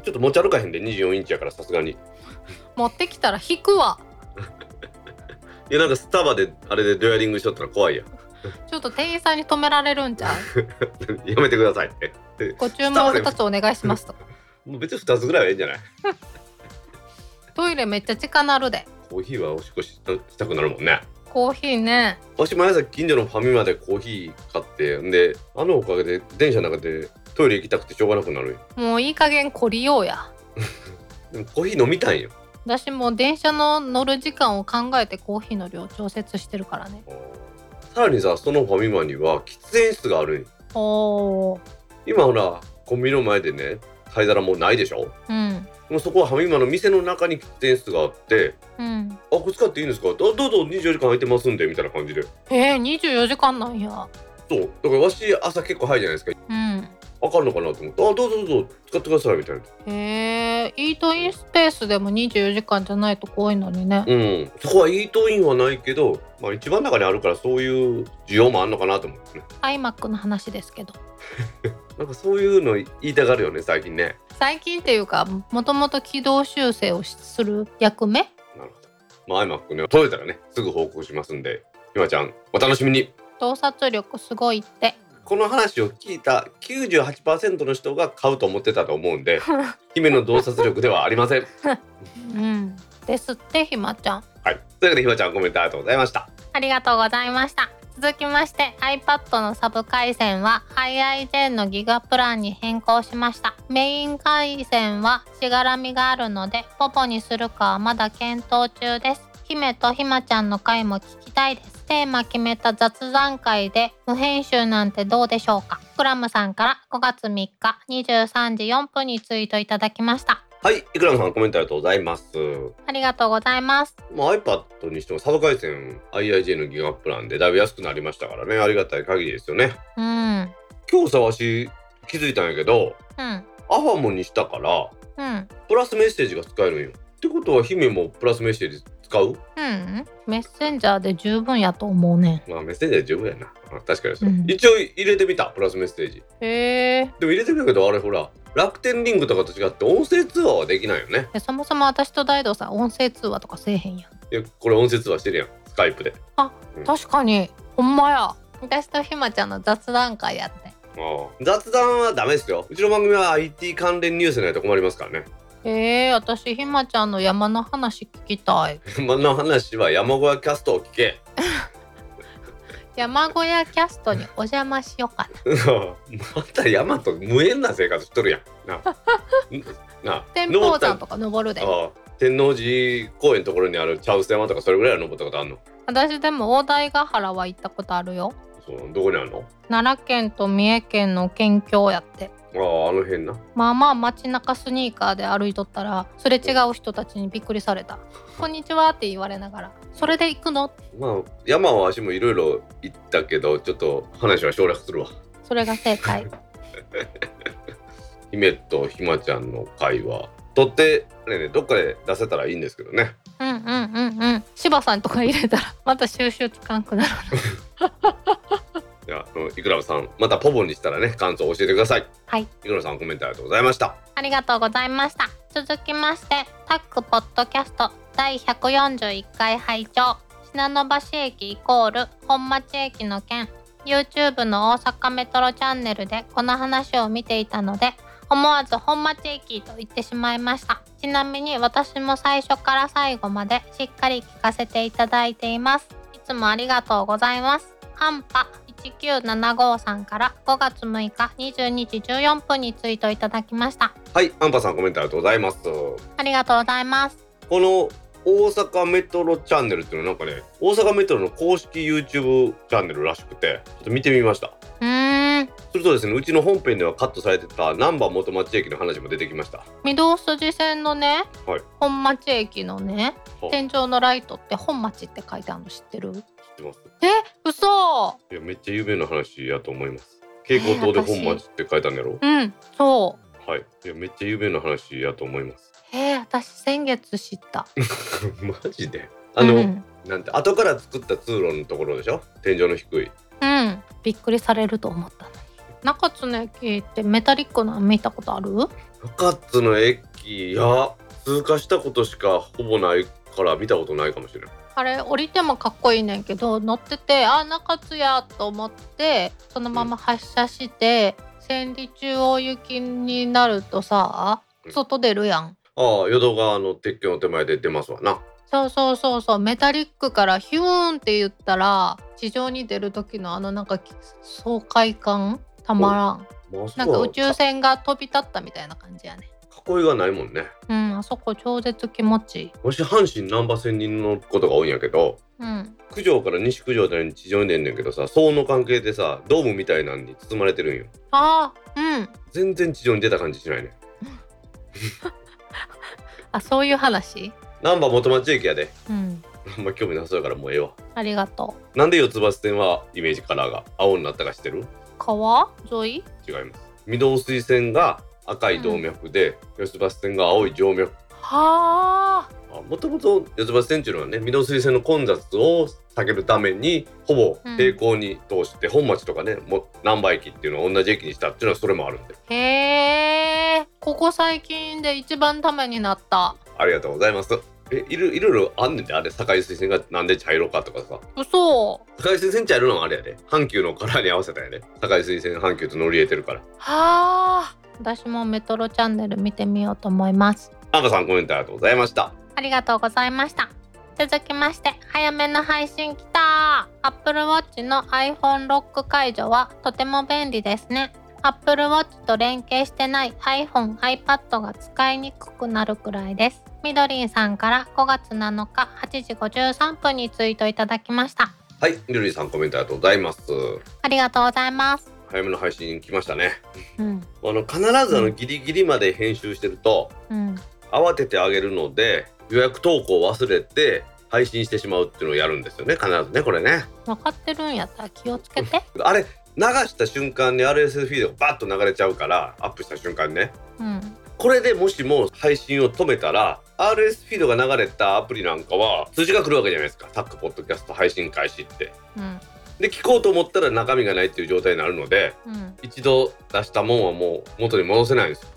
ちょっと持ち歩かへんで24インチやからさすがに持ってきたら引くわいやなんかスタバであれでデュアリングしとったら怖いやん <laughs> ちょっと店員さんに止められるん <laughs> ちゃうやめてくださいってご注文2つお願いしますともう別に2つぐらいはいいんじゃないトイレめっちゃ近なるでコーヒーはおしっこしたしたくなるもんねコーヒーねわし毎朝近所のファミマでコーヒー買ってんであのおかげで電車の中でトイレ行きたくてしょうがなくなるんよもういい加減こりようやでもコーヒー飲みたいんよ私もう電車の乗る時間を考えてコーヒーの量調節してるからねさらにさそのファミマには喫煙室があるんよおー今ほらコンビニの前でね灰皿もうないでしょうんもうそこはファミマの店の中に喫煙室があってうん「あこれ使っていいんですか?」あ「どうぞ24時間空いてますんで」みたいな感じでえー、24時間なんやそうだからわし朝結構早いじゃないですかうんあかんのかなと思って「あどうぞどうぞ使ってください」みたいなへえイートインスペースでも24時間じゃないと怖いのにねうんそこはイートインはないけど、まあ、一番中にあるからそういう需要もあるのかなと思ってねアイマックの話ですけどなんかそういうの言いたがるよね最近ね最近っていうかもともと軌道修正をする役目なるほどまあ iMac ね取れたらねすぐ報告しますんでひまちゃんお楽しみに洞察力すごいってこの話を聞いた98%の人が買うと思ってたと思うんで <laughs> 姫の洞察力ではありませんうんですってひまちゃんはいというわけでひまちゃんコメントありがとうございましたありがとうございました。続きまして iPad のサブ回線は IIJ のギガプランに変更しました。メイン回線はしがらみがあるのでポポにするかはまだ検討中です。姫とひまちゃんの回も聞きたいです。テーマ決めた雑談会で無編集なんてどうでしょうかクラムさんから5月3日23時4分にツイートいただきました。はいいくらのさんコメントありがとうございますありがとうございます。まあ、iPad にしてもサブ回線 IIJ のギガプランでだいぶ安くなりましたからねありがたい限りですよねうん。今日さわし気づいたんやけどうん。アファモにしたからうん。プラスメッセージが使えるんよってことは姫もプラスメッセージ使ううん、メッセンジャーで十分やと思うねまあメッセージは十分やなあ確かにそう、うん一応入れてみたプラスメッセージへえでも入れてみたけどあれほら楽天リングとかと違って音声通話はできないよねそもそも私と大道さん音声通話とかせえへんやんいやこれ音声通話してるやんスカイプで確かにほんまや私とひまちゃんの雑談会やってああ雑談はダメですようちの番組は IT 関連ニュースないと困りますからね <laughs> へえ私ひまちゃんの山の話聞きたい山の話は山小屋キャストを聞け <laughs> <laughs> 山小屋キャストにお邪魔しようかなまた山と無縁な生活しとるやんな <laughs> なあ天保山登っとか登るたでああ天王寺公園のところにある茶臼山とかそれぐらいは登ったことあんの私でも大台ヶ原は行ったことあるよそうどこにあるの奈良県と三重県の県境やってあああの辺なまあまあ街中スニーカーで歩いとったらすれ違う人たちにびっくりされた「こんにちは」って言われながら「それで行くの?まあ山は足もいろいろ行ったけどちょっと話は省略するわ」それが正解姫とひまちゃんの会話とってあれねどっかで出せたらいいんですけどねうんうんうんうん柴さんとか入れたらまた収集つかんくなるいやあのいくらさんまたポボにしたらね感想を教えてくださいはいいくらさんコメントありがとうございましたありがとうございました続きましてタックポッドキャスト第141回拝聴信濃橋駅イコール本町駅の件 YouTube の大阪メトロチャンネルでこの話を見ていたので思わず本町駅と言ってしまいましたちなみに私も最初から最後までしっかり聞かせていただいていますいつもありがとうございますアンパ1975さんから5月6日22時14分にツイートいただきましたはいアンパさんコメントありがとうございますこありがとうございますの大阪メトロチャンネルっていうのはなんかね大阪メトロの公式 YouTube チャンネルらしくてちょっと見てみましたうーんするとですねうちの本編ではカットされてた難波元町駅の話も出てきました御堂筋線のね、はい本町駅のねは天井のライトって本町って書いてあるの知ってる知ってます嘘いやめっちゃ有名な話やと思います蛍光灯で本町って書いたんやろうんそはいいやめっちゃ有名な話やと思います <laughs> うへえ私先月知ったマジであの、うんなんて後から作った通路のところでしょ天井の低いうんびっくりされると思ったのに中津の駅ってメタリックなの見たことある中津の駅いや通過したことしかほぼないから見たことないかもしれないあれ降りてもかっこいいねんけど乗っててあ中津やと思ってそのまま発車して、千里中央行きになるとさうん外出るやん。ああ淀川の鉄橋の手前で出ますわなそうそうそうそうメタリックからヒューンって言ったら地上に出る時のあのなんか爽快感たまらんまあそこなはんか宇宙船が飛び立ったみたいな感じやね囲いがないもんねうんあそこ超絶気持ちいいわし阪神難波線に乗ることが多いんやけどうん九条から西九条あたりに地上に出んねんけどさ騒音の関係でさドームみたいなんに包まれてるんよあーうん全然地上に出た感じしないねあそういう話難波元町駅やで <laughs> うんあんま興味なさそうやからもうええわありがとうなんで四つ葉線はイメージカラーが青になったか知ってる川沿い違います御堂筋線が赤い動脈で、四つ葉線が青い静脈はあもともと四つ葉線っていうのはね御堂筋線の混雑を避けるためにほぼ平行に通して、本町とかねもう難波駅っていうのを同じ駅にしたっていうのはそれもあるんでへえここ最近で一番ためになったありがとうございますえいろいろいろあんねんであれ境水線がなんで茶色かとかさ嘘境水線茶色のあれやで阪急のカラーに合わせたんやで境水線阪急と乗り入れてるからはあ私もメトロチャンネル見てみようと思います赤さんコメントありがとうございましたありがとうございました続きまして早めの配信きた Apple Watch の iPhone ロック解除はとても便利ですね Apple Watch と連携してない iPhone、iPad が使いにくくなるくらいですみどりんさんから5月7日8時53分にツイートいただきましたはいみどりさんコメントありがとうございますありがとうございます早めの配信来ましたねうんあの必ずあのギリギリまで編集してるとうん慌ててあげるので予約投稿を忘れて配信してしまうっていうのをやるんですよね必ずねこれね分かってるんやったら気をつけてあれ流した瞬間に RSS フィードがバッと流れちゃうからアップした瞬間にねうんこれでもしも配信を止めたら RS フィードが流れたアプリなんかは通知が来るわけじゃないですかタックポッドキャスト配信開始ってうんで聞こうと思ったら中身がないっていう状態になるのでうん一度出したもんはもう元に戻せないんですよ、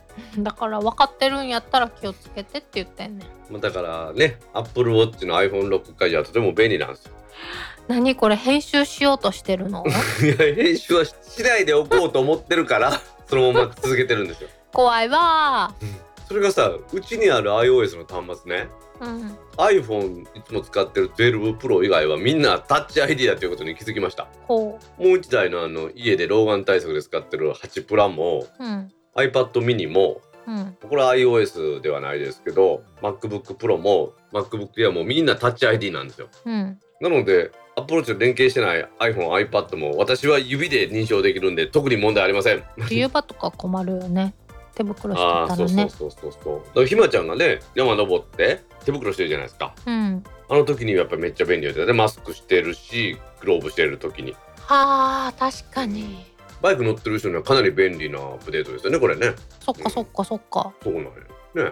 だから分かってるんやったら気をつけてって言ってんねんまあ、だからね AppleWatch の iPhone ロック解除はとても便利なんですよ <laughs> 何これ編集しようとしてるのいや編集はしないでおこうと思ってるから <laughs> そのまま続けてるんですよ <laughs> 怖いわそれがさうちにある iOS の端末ねーうん、 iPhone いつも使ってる 12Pro 以外はみんなタッチ ID だということに気づきましたこもう一台のあの家で老眼対策で使ってる8プラもう、うん、 iPad mini もうん、これは iOS ではないですけど MacBook Pro も MacBook Air もみんなタッチ ID なんですようん、なので Apple Watch と連携してない iPhone、iPad も私は指で認証できるんで特に問題ありません冬場とか困るよね。手袋してああたそらうそうね。そうそうそうだからひまちゃんがね山登って手袋してるじゃないですかうん、あの時にやっぱりめっちゃ便利だったねマスクしてるしグローブしてる時にはあ、確かに。バイク乗ってる人にはかなり便利なアップデートですよねこれねそっか、そっか、そっか。そうなんや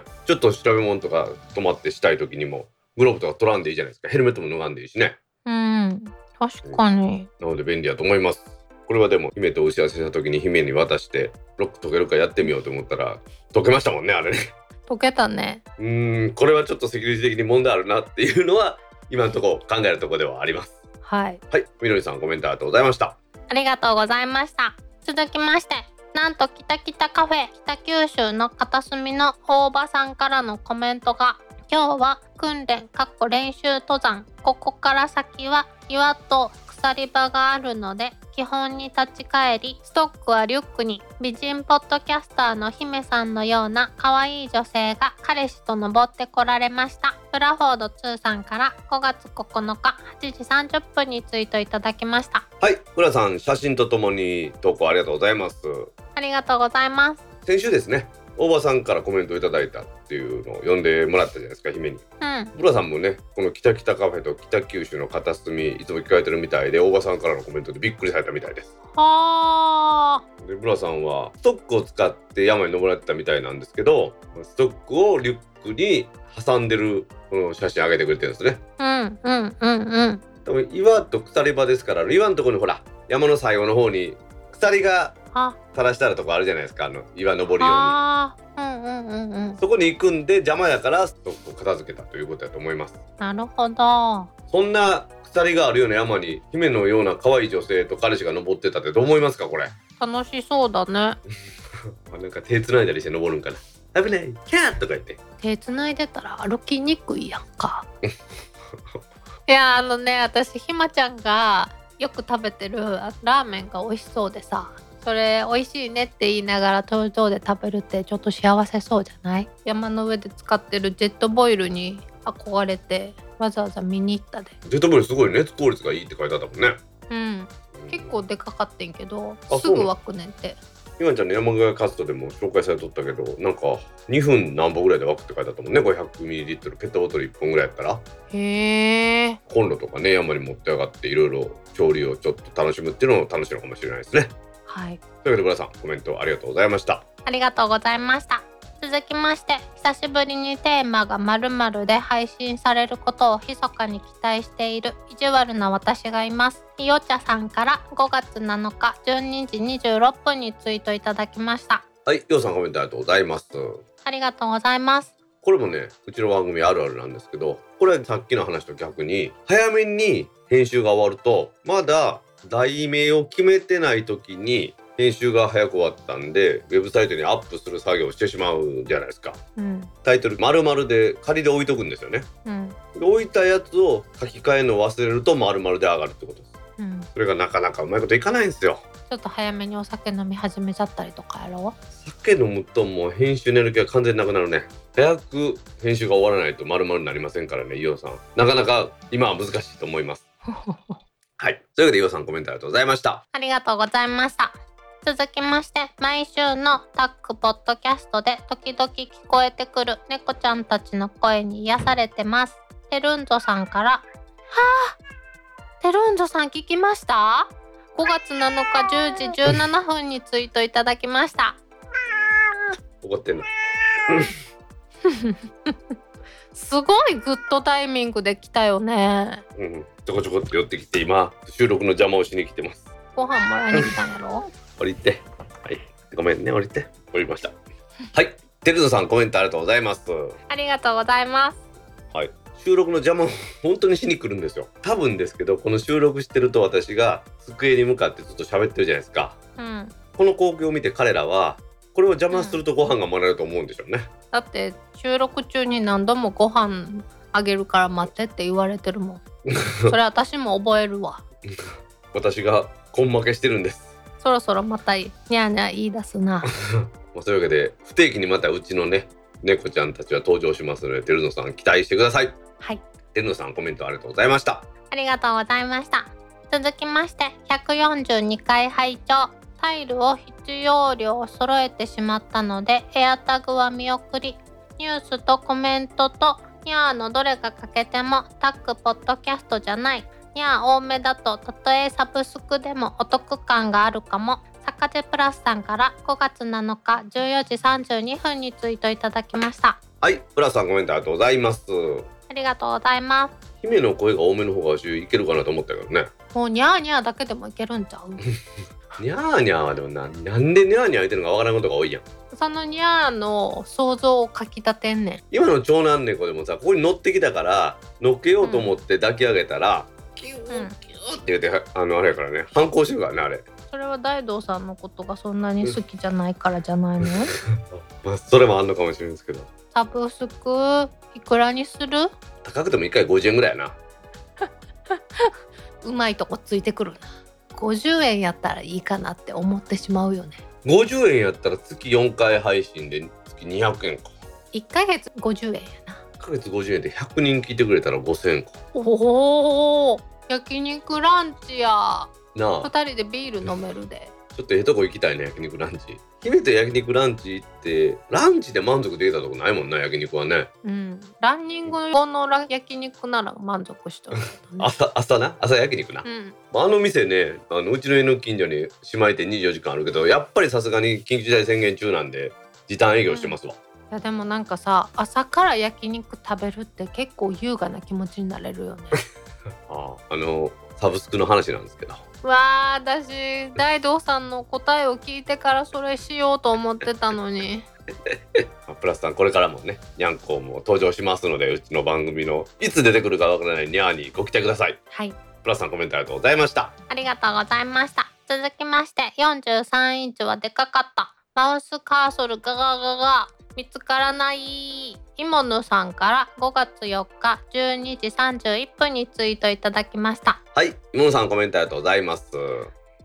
ねちょっと調べ物とか止まってしたい時にもグローブとか取らんでいいじゃないですかヘルメットも脱がんでいいしねうん、確かに。なので便利だと思いますこれはでも姫とお知らせした時に姫に渡してロック解けるかやってみようと思ったら解けましたもんねあれね溶けたね。うーんこれはちょっとセキュリティ的に問題あるなっていうのは <laughs> 今のところ考えるところではありますはい。はいみどりさんコメントありがとうございましたありがとうございました。続きまして、なんと北北カフェ北九州の片隅の大場さんからのコメントが、今日は訓練、かっこ練習登山、ここから先は岩と鎖場があるので、基本に立ち返り、ストックはリュックに、美人ポッドキャスターの姫さんのような可愛い女性が彼氏と登ってこられました。ブラフォード2さんから5月9日8時30分にツイートいただきました。はい浦さん写真とともに投稿ありがとうございますありがとうございます。先週ですね大場さんからコメントをいただいたっていうのを読んでもらったじゃないですか姫にうん、ブラさんもねこの「北北カフェ」と「北九州の片隅」いつも聞かれてるみたいで大場さんからのコメントでびっくりされたみたいですはあ、でブラさんはストックを使って山に登られてたみたいなんですけどストックをリュックに挟んでるこの写真上げてくれてるんですねうんうんうんうん多分岩と鎖場ですから岩のところにほら山の最後の方に鎖があ垂らしてあるとこあるじゃないですかあの岩登り用にあーうんうんうんうんそこに行くんで邪魔やからそこ片付けたということだと思いますなるほどそんな鎖があるような山に姫のような可愛い女性と彼氏が登ってたってどう思いますかこれ楽しそうだねなんか手つないだりして登るんかな危ないキャーとか言って手つないでたら歩きにくいやんか <laughs> いやあのね私ひまちゃんがよく食べてるラーメンが美味しそうでさそれ美味しいねって言いながら頂上で食べるってちょっと幸せそうじゃない山の上で使ってるジェットボイルに憧れてわざわざ見に行ったでジェットボールすごい熱効率がいいって書いてあったもんねうん結構でかかってんけどあすそうなぐの湧くねんて今ちゃんの山小屋カストでも紹介されとったけどなんか2分何本ぐらいで沸くって書いてあったもんね 500ml ペットボトル1本ぐらいやったらへえコンロとかね山に持って上がっていろいろ調理をちょっと楽しむっていうのを楽しいのかもしれないですねはいというわけで村さんコメントありがとうございましたありがとうございました。続きまして、久しぶりにテーマが〇〇で配信されることを密かに期待している意地悪な私がいます。ひよちゃさんから5月7日12時26分にツイートいただきました。はいようさんコメントありがとうございますありがとうございます。これもねうちの番組あるあるなんですけどこれはさっきの話と逆に早めに編集が終わるとまだ題名を決めてない時に編集が早く終わったんでウェブサイトにアップする作業をしてしまうじゃないですかうん、タイトル丸々で仮で置いとくんですよねうん、で置いたやつを書き換えるのを忘れると丸々で上がるってことですうん。ちそれがなかなかうまいこといかないんですよょっと早めにお酒飲み始めちゃったりとかやろ酒飲むともう編集のやる気が完全になくなるね早く編集が終わらないと丸々になりませんからね伊オさんなかなか今は難しいと思いますう。はいというわけで伊オさんコメントありがとうございましたありがとうございました。続きまして、毎週のタックポッドキャストで時々聞こえてくる猫ちゃんたちの声に癒されてます。テルンゾさんから、はあ、テルンゾさん聞きました5月7日10時17分にツイートいただきました。怒ってんのすごいグッドタイミングで来たよね。うんちょこちょこって寄ってきて今収録の邪魔をしに来てますご飯もらいに来たんや <laughs> ろ降りてはいごめんね降りて降りましたはいテルゾさんコメントありがとうございますありがとうございます。はい、収録の邪魔を <laughs> 本当にしに来るんですよ多分ですけどこの収録してると私が机に向かってずっと喋ってるじゃないですかうん。この光景を見て彼らはこれを邪魔するとご飯がもらえると思うんでしょうね、だって収録中に何度もご飯あげるから待ってって言われてるもんそれ私も覚えるわ私が根負けしてるんですそろそろまたニャーニャー言い出すなまあそういうわけで不定期にまたうちのね猫ちゃんたちは登場しますのでてるのさん期待してくださいはいてるのさんコメントありがとうございましたありがとうございました続きまして142回拝聴タイルを必要量揃えてしまったのでエアタグは見送りニュースとコメントとニャーのどれが欠けてもタックポッドキャストじゃないニャー多めだとたとえサブスクでもお得感があるかも坂手プラスさんから5月7日14時32分にツイートいただきましたはいプラスさんコメントありがとうございますありがとうございま姫の声が多めの方が私いけるかなと思ったけどねすもうニャーニャーだけでもいけるんちゃうにゃーにゃーはでもななんでにゃーにゃー言ってるのかわからんことが多いやんそのニャーの想像をかきたてんねん今の長男猫でもさここに乗ってきたから乗っけようと思って抱き上げたら、キューうんキューって言ってはあのあれやからね反抗してるからねあれそれは大道さんのことがそんなに好きじゃないからじゃ <laughs> ないのまあそれもあんのかもしれないですけどサブスクいくらにする高くても1回50円ぐらいやなうまいとこついてくるな50円やったらいいかなって思ってしまうよね50円やったら月4回配信で月200円か1ヶ月50円やな1ヶ月50円で100人聞いてくれたら5000円かおお焼肉ランチやなあ2人でビール飲めるでちょっとええとこ行きたいね焼肉ランチ姫と焼肉ランチ行ってランチで満足できたとこないもんな焼肉はねうんランニング後のら焼肉なら満足 <laughs> しとるけどね朝朝な朝焼肉なうんあの店ねあのうちの家の近所に姉妹店24時間あるけどやっぱりさすがに緊急事態宣言中なんで時短営業してますわ、いやでもなんかさ朝から焼肉食べるって結構優雅な気持ちになれるよ <laughs> ねああのサブスクの話なんですけどわあ私大道さんの答えを聞いてからそれしようと思ってたのにまあプラスさんこれからもねにゃんこも登場しますのでうちの番組のいつ出てくるかわからないにゃーにご期待くださいはいプラスさんコメントありがとうございましたありがとうございました続きまして43インチはでかかったマウスカーソルガガガガ見つからないイモヌさんから5月4日12時31分にツイートいただきましたはい芋野さんコメントありがとうございます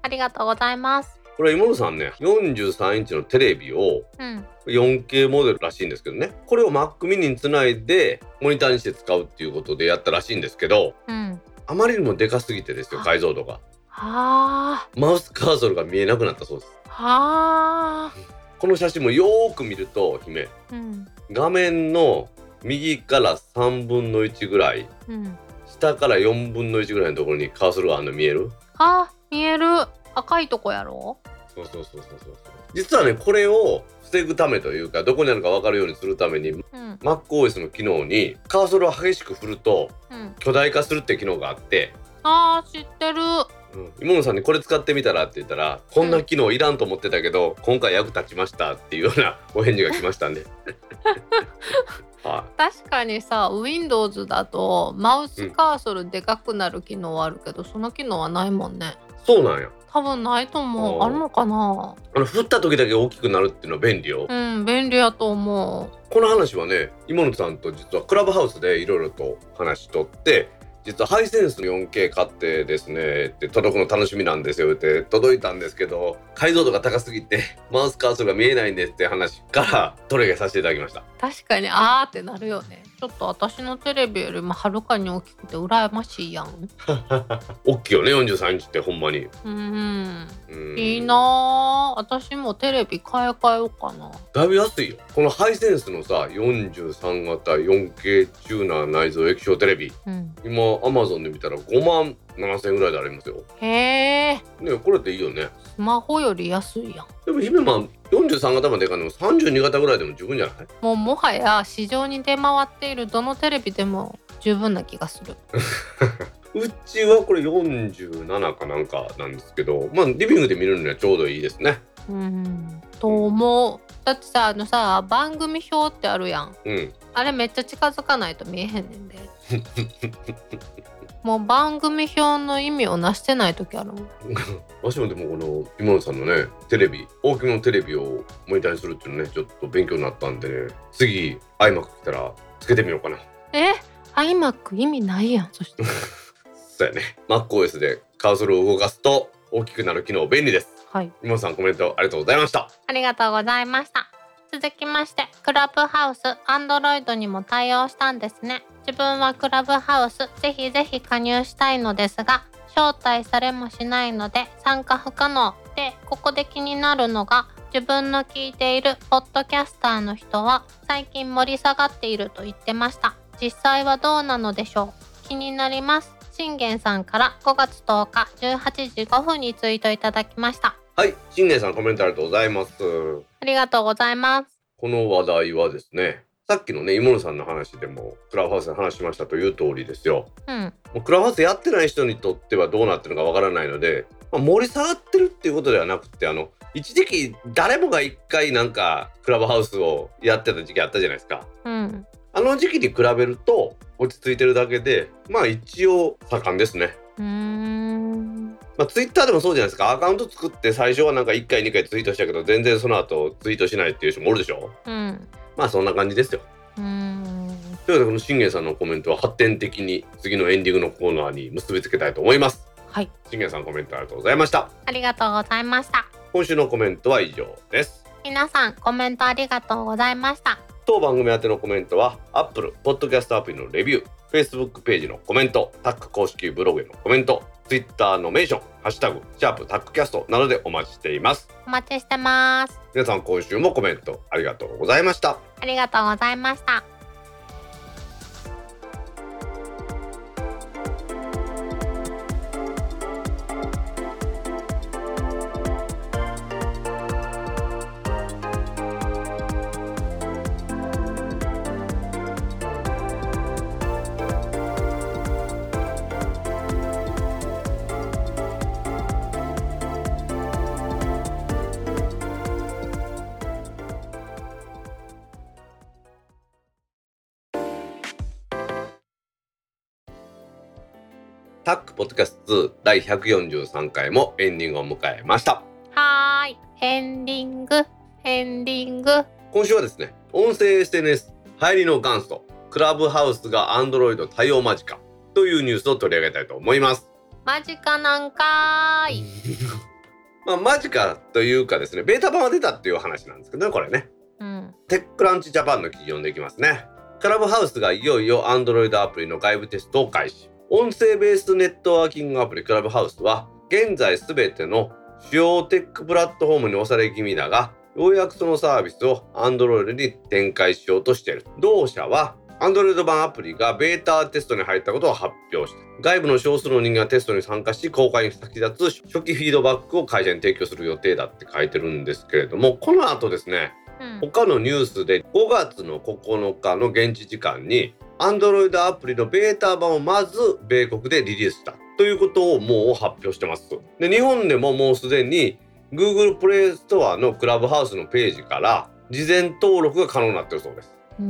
ありがとうございますこれ芋野さんね43インチのテレビをうん、 4K モデルらしいんですけどねこれを Mac mini につないでモニターにして使うっていうことでやったらしいんですけどうん、あまりにもでかすぎてですよ解像度がはあマウスカーソルが見えなくなったそうですはあこの写真もよーく見ると姫うん画面の右から3分の1ぐらいうん下から4分の1ぐらいのところにカーソルがあるの見えるあ見える赤いとこやろそうそうそうそうそう実はねこれを防ぐためというかどこにあるか分かるようにするためにうん MacOS の機能にカーソルを激しく振るとうん巨大化するって機能があって、あー知ってるうん、今野さんにこれ使ってみたらって言ったらこんな機能いらんと思ってたけど今回役立ちましたっていうよ <laughs> うなお返事が来ましたんでは確かにさ Windows だとマウスカーソルでかくなる機能はあるけど、その機能はないもんねいそうなんや多分ないと思うおーあるのかなあの振った時だけ大きくなるっていうのは便利よ、うん便利やと思この話はね今野さんと実はクラブハウスでいろいろと話しとって実はハイセンスの 4K 買ってですねって届くの楽しみなんですよって届いたんですけど解像度が高すぎて <laughs> マウスカーソルが見えないんですって話からトレーさせていただきましたう確かにあーってなるよねちょっと私のテレビよりもはるかに大きくて羨ましいやん大きいよね43インチってほんまにうんうんいいなー私もテレビ買い替えようかなだいぶ安いよこのハイセンスのさ43型 4K チューナー内蔵液晶テレビうん今アマゾンで見たら5万7000円ぐらいでありますよへえねこれっていいよねスマホより安いやんでも姫まん43型までいかんでも32型ぐらいでも十分じゃないもうもはや市場に出回っているどのテレビでも十分な気がするうちはこれ47かなんかなんですけどまあリビングで見るにはちょうどいいですねうんと思うだってさあのさ番組表ってあるやんうんあれめっちゃ近づかないと見えへんねん <laughs> でもう番組表の意味をなしてない時あるもんわしもでもこの今野さんのねテレビ大きめのテレビをモニターにするっていうのねちょっと勉強になったんでね次 iMac 来たらつけてみようかなえ iMac 意味ないやんそ <laughs> してそうやね MacOS でカーソルを動かすと大きくなる機能便利ですはい今野さんコメントありがとうございましたありがとうございました続きましてクラブハウス Android にも対応したんですね自分はクラブハウスぜひぜひ加入したいのですが招待されもしないので参加不可能でここで気になるのが自分の聞いているポッドキャスターの人は最近盛り下がっていると言ってました実際はどうなのでしょう気になります信玄さんから5月10日18時5分にツイートいただきましたはい新年さんコメントありがとうございますありがとうございますこの話題はですねさっきのね芋野さんの話でもクラブハウスで話しましたという通りですようんもうクラブハウスやってない人にとってはどうなってるのかわからないので、まあ、盛り下がってるっていうことではなくてあの一時期誰もが一回なんかクラブハウスをやってた時期あったじゃないですかうん、あの時期に比べると落ち着いてるだけでまあ一応盛んですねうーんまあ、ツイッターでもそうじゃないですかアカウント作って最初はなんか1回2回ツイートしたけど全然その後ツイートしないっていう人もおるでしょうんまあそんな感じですようーんということでこの信玄さんのコメントは発展的に次のエンディングのコーナーに結びつけたいと思いますはい信玄さんコメントありがとうございましたありがとうございました今週のコメントは以上です皆さんコメントありがとうございました当番組宛てのコメントは Apple Podcast アプリのレビュー Facebook ページのコメントタック公式ブログへのコメント Twitter のメンション「ハッシュタグシャープタックキャスト」などでお待ちしていますお待ちしてます皆さん今週もコメントありがとうございましたありがとうございましたタックポッドキャスト2第143回もエンディングを迎えました。はーい。エンディング、エンディング。今週はですね、音声 SNS 入りの元祖、クラブハウスが Android 対応間近というニュースを取り上げたいと思います。間近なんかーい。まあ、間近というかですね、ベータ版は出たっていう話なんですけどね、これね。うん。テックランチジャパンの企業にできますね。クラブハウスがいよいよ Android アプリの外部テストを開始。音声ベースネットワーキングアプリクラブハウスは、現在すべての主要テックプラットフォームに押され気味だが、ようやくそのサービスを Android に展開しようとしている。同社は、Android 版アプリがベータテストに入ったことを発表した。外部の少数の人間がテストに参加し、公開に先立つ初期フィードバックを会社に提供する予定だって書いてるんですけれども、この後ですね、うん。他のニュースで5月の9日の現地時間に Android アプリのベータ版をまず米国でリリースしたということをもう発表してます。で日本でももうすでに Google プレイストアのクラブハウスのページから事前登録が可能になってるそうです。う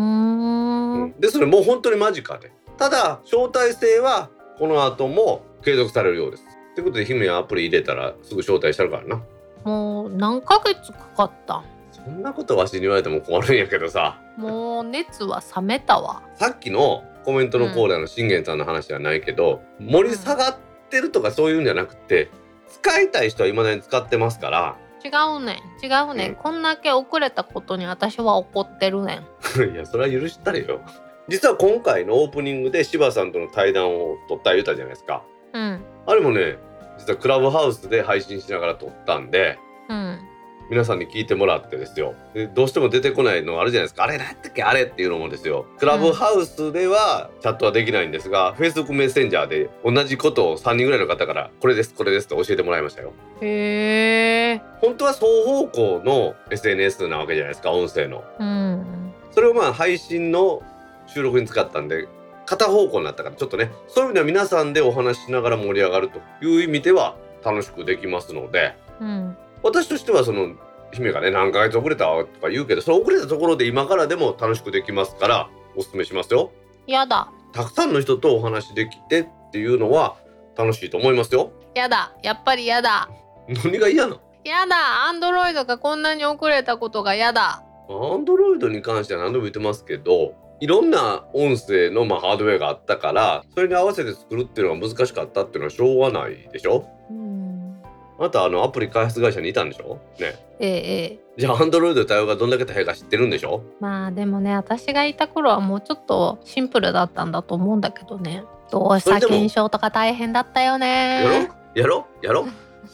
ーん。でそれもう本当に間近でただ招待制はこの後も継続されるようです。ということで姫はアプリ入れたらすぐ招待したるからな。もう何ヶ月かかったんそんなことわしに言われても困るんやけどさ。もう熱は冷めたわ。さっきのコメントのコーナーの信玄さんの話じゃないけど、盛り下がってるとかそういうんじゃなくて使いたい人は未だに使ってますから <laughs> 違うねん違うねん、うんこんだけ遅れたことに私は怒ってるねんいやそれは許したれよ実は今回のオープニングで柴さんとの対談を撮った言うたじゃないですかうんあれもね実はクラブハウスで配信しながら撮ったんでうん皆さんに聞いてもらってですよでどうしても出てこないのあるじゃないですかあれ何やったっけあれっていうのもですよクラブハウスではチャットはできないんですが、Facebook メッセンジャーで同じことを3人ぐらいの方からこれですこれですと教えてもらいましたよへえ本当は双方向の SNS なわけじゃないですか音声のうんそれをまあ配信の収録に使ったんで片方向になったからちょっとねそういう意味では皆さんでお話ししながら盛り上がるという意味では楽しくできますのでうん私としてはその姫がね何ヶ月遅れたとか言うけどその遅れたところで今からでも楽しくできますからおすすめしますよやだたくさんの人とお話できてっていうのは楽しいと思いますよやだやっぱりやだ何が嫌なのやだアンドロイドがこんなに遅れたことがやだアンドロイドに関しては何度も言ってますけどいろんな音声のまあハードウェアがあったからそれに合わせて作るっていうのが難しかったっていうのはしょうがないでしょうんあなたあのアプリ開発会社にいたんでしょねええええじゃあアンドロイド対応がどんだけ大変か知ってるんでしょまあでもね私がいた頃はもうちょっとシンプルだったんだと思うんだけどねどうしそれたでも検証とか大変だったよやろねやろやろ <laughs>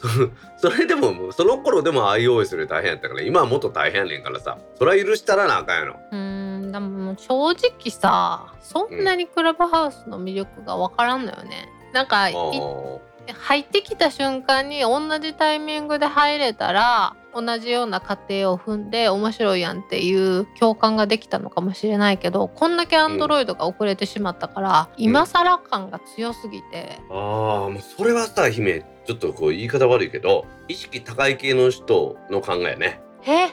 それでももうその頃でも iOS より大変やったから今はもっと大変やねんからさそれは許したらなあかんやろうーんでも正直さそんなにクラブハウスの魅力が分からんのよね、なんかいあ入ってきた瞬間に同じタイミングで入れたら同じような過程を踏んで面白いやんっていう共感ができたのかもしれないけどこんだけアンドロイドが遅れてしまったから、今更感が強すぎて、ーあーもうそれはさ姫ちょっとこう言い方悪いけど意識高い系の人の考えやねえ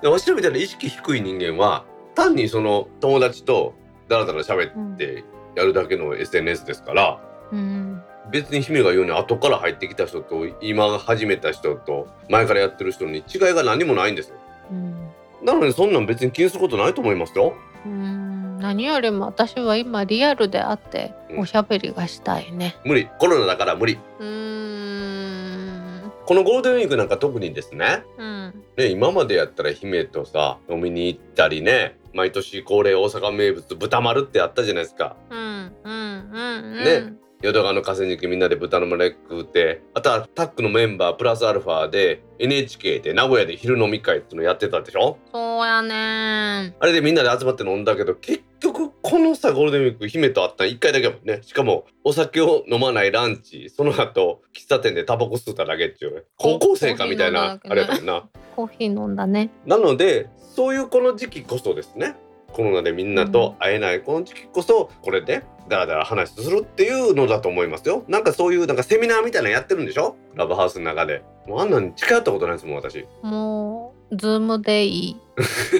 でわしらみたいな意識低い人間は単にその友達とだらだら喋ってやるだけの SNS ですから、うん別に姫が言うように後から入ってきた人と今始めた人と前からやってる人に違いが何もないんですようんなのでそんなん別に気にすることないと思いますようん何よりも私は今リアルであってうんおしゃべりがしたいね。無理コロナだから無理うーんこのゴールデンウィークなんか特にですねうんね今までやったら姫とさ飲みに行ったりね毎年恒例大阪名物豚丸ってあったじゃないですかうんうんうんうんね淀川の河川敷みんなで豚の胸食うてあとはタックのメンバープラスアルファで NHK で名古屋で昼飲み会っていうのやってたでしょそうやねあれでみんなで集まって飲んだけど結局このさゴールデンウィーク姫と会ったの1回だけやもんねしかもお酒を飲まないランチその後喫茶店でタバコ吸っただけっていう高校生かみたいなコあーヒーれ飲んだだだけもんなコーヒー飲んだね。なのでそういうこの時期こそですねコロナでみんなと会えないこの時期こそこれでだらだら話するっていうのだと思いますよなんかそういうなんかセミナーみたいなのやってるんでしょラブハウスの中でもうあんなに近寄ったことないですもん私もうズームでいい。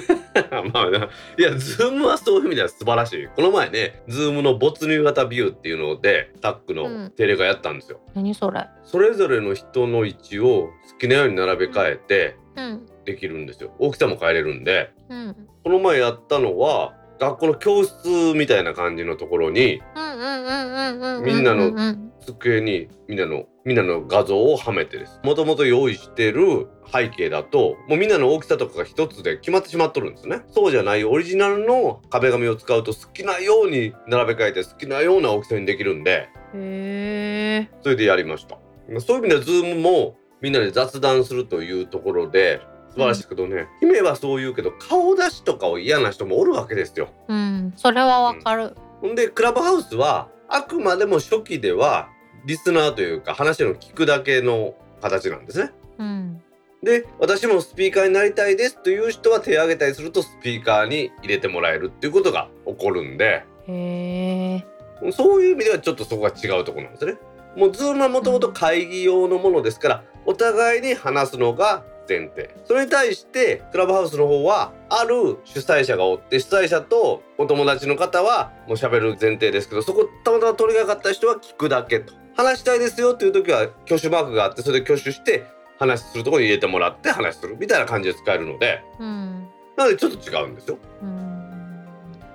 <laughs> まあないやズームはそういう意味では素晴らしいこの前ねズームの没入型ビューっていうのでタッうクんの定例会やったんですよ、何それ。それぞれの人の位置を好きなように並べ替えてうん。できるんですよ大きさも変えれるんでうん。うんこの前やったのは学校の教室みたいな感じのところにうんうんうんうんうん。みんなのうんうん机にみんなのみんなの画像をはめてですもともと用意してる背景だともうみんなの大きさとかが一つで決まってしまっとるんですねそうじゃないオリジナルの壁紙を使うと好きなように並べ替えて好きなような大きさにできるんでへえ。それでやりましたそういう意味ではズームもみんなで雑談するというところで素晴らしいけどね、姫はそう言うけど顔出しとかを嫌な人もおるわけですようん。それはわかる。ほんでクラブハウスはあくまでも初期ではリスナーというか話の聞くだけの形なんですね。うん。で私もスピーカーになりたいですという人は手を挙げたりするとスピーカーに入れてもらえるっていうことが起こるんでへえ。そういう意味ではちょっとそこが違うところなんですね。もう Zoom はもともと会議用のものですからお互いに話すのが前提それに対してクラブハウスの方はある主催者がおって主催者とお友達の方はもう喋る前提ですけどそこたまたま取り掛かった人は聞くだけと話したいですよっていう時は挙手マークがあってそれで挙手して話するところに入れてもらって話するみたいな感じで使えるのでうん。なのでちょっと違うんですよ。うん。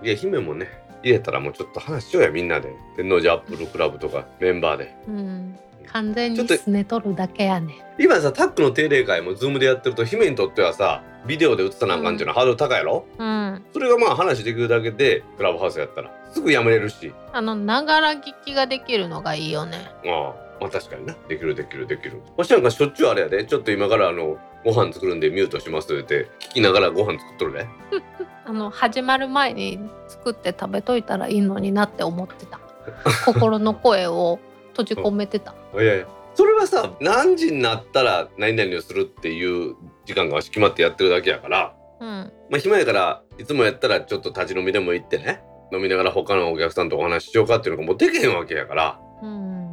いや姫もね入れたらもうちょっと話しようやみんなで天王寺アップルクラブとかメンバーでうん。完全ちょにっとすねとるだけやね。今さタックの定例会もズームでやってると姫にとってはさビデオで映さなあかんっていうのはハードル高いやろ、うん。それがまあ話できるだけでクラブハウスやったらすぐやめれるしあの、ながら聞きができるのがいいよね。ああまあ確かになできるできるできるわしなんかしょっちゅうあれやでちょっと今からあのご飯作るんでミュートしますって聞きながらご飯作っとるであの始まる前に作って食べといたらいいのになって思って <laughs> た心の声を閉じ込めてたいやいやそれはさ何時になったら何々をするっていう時間がわし決まってやってるだけやからうんまあ、暇やからいつもやったらちょっと立ち飲みでも行ってね飲みながら他のお客さんとお話ししようかっていうのがもうできへんわけやからうん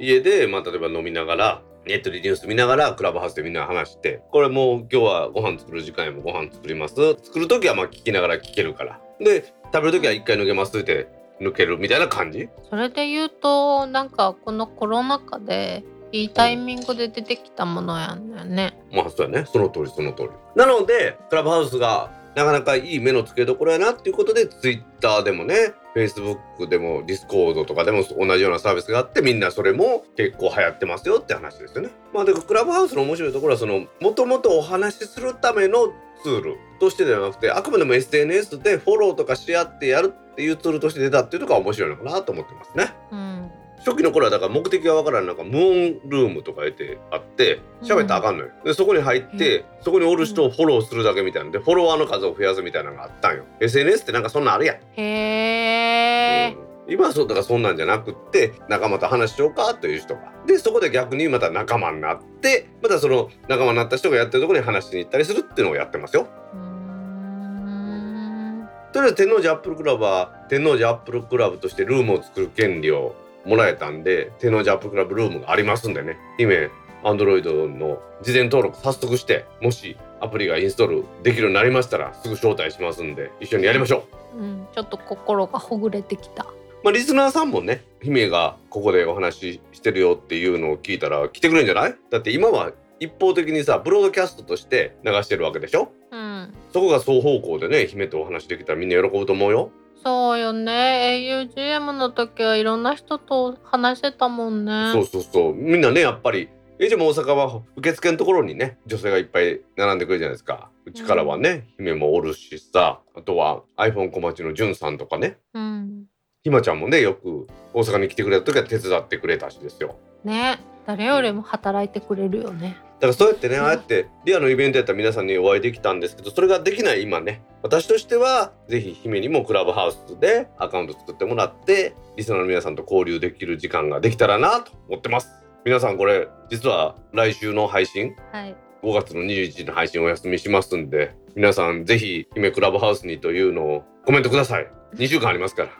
家で、まあ、例えば飲みながらネットでニュース見ながらクラブハウスでみんな話してこれもう今日はご飯作る時間やもご飯作ります作る時はまあ聞きながら聞けるからで食べる時は一回抜けますって抜けるみたいな感じそれで言うとなんかこのコロナ禍でいいタイミングで出てきたものやんだよねまあそうやねその通りその通りなのでクラブハウスがなかなかいい目の付けどころやなっていうことでツイッターでもねフェイスブックでもディスコードとかでも同じようなサービスがあってみんなそれも結構流行ってますよって話ですよね。まあでクラブハウスの面白いところはそのもともとお話しするためのツールとしてではなくてあくまでも SNS でフォローとかし合ってやるっていうツールとして出たっていうところが面白いのかなと思ってますね。うん初期の頃はだから目的がわからんなんか無音ルームとか言ってあって喋ったらあかんのよ、でそこに入って、そこにおる人をフォローするだけみたいなんでフォロワーの数を増やすみたいなのがあったんよ SNS ってなんかそんなんあるやん、へえうん今はそうだからそんなんじゃなくって仲間と話しようかという人がでそこで逆にまた仲間になってまたその仲間になった人がやってるところに話しに行ったりするっていうのをやってますようーんとりあえず天王寺アップルクラブは天王寺アップルクラブとしてルームを作る権利をもらえたんで天王寺アップルクラブルームがありますんでね姫アンドロイドの事前登録早速してもしアプリがインストールできるようになりましたらすぐ招待しますんで一緒にやりましょう、うんちょっと心がほぐれてきたまあ、リスナーさんもね姫がここでお話ししてるよっていうのを聞いたら来てくれるんじゃないだって今は一方的にさブロードキャストとして流してるわけでしょうんそこが双方向でね姫とお話できたらみんな喜ぶと思うよそうよね augm の時はいろんな人と話せたもんねそうそうそうみんなねやっぱりえでも大阪は受付のところにね女性がいっぱい並んでくるじゃないですかうちからはね、姫もおるしさあとは iPhone 小町のじゅんさんとかねうんひまちゃんもねよく大阪に来てくれた時は手伝ってくれたしですよね誰よりも働いてくれるよねだからそうやってねうんああやってリアのイベントやったら皆さんにお会いできたんですけどそれができない今ね私としてはぜひ姫にもクラブハウスでアカウント作ってもらってリスナーの皆さんと交流できる時間ができたらなと思ってます皆さんこれ実は来週の配信はい5月の21日の配信お休みしますんで皆さんぜひ姫クラブハウスにというのをコメントください2週間ありますから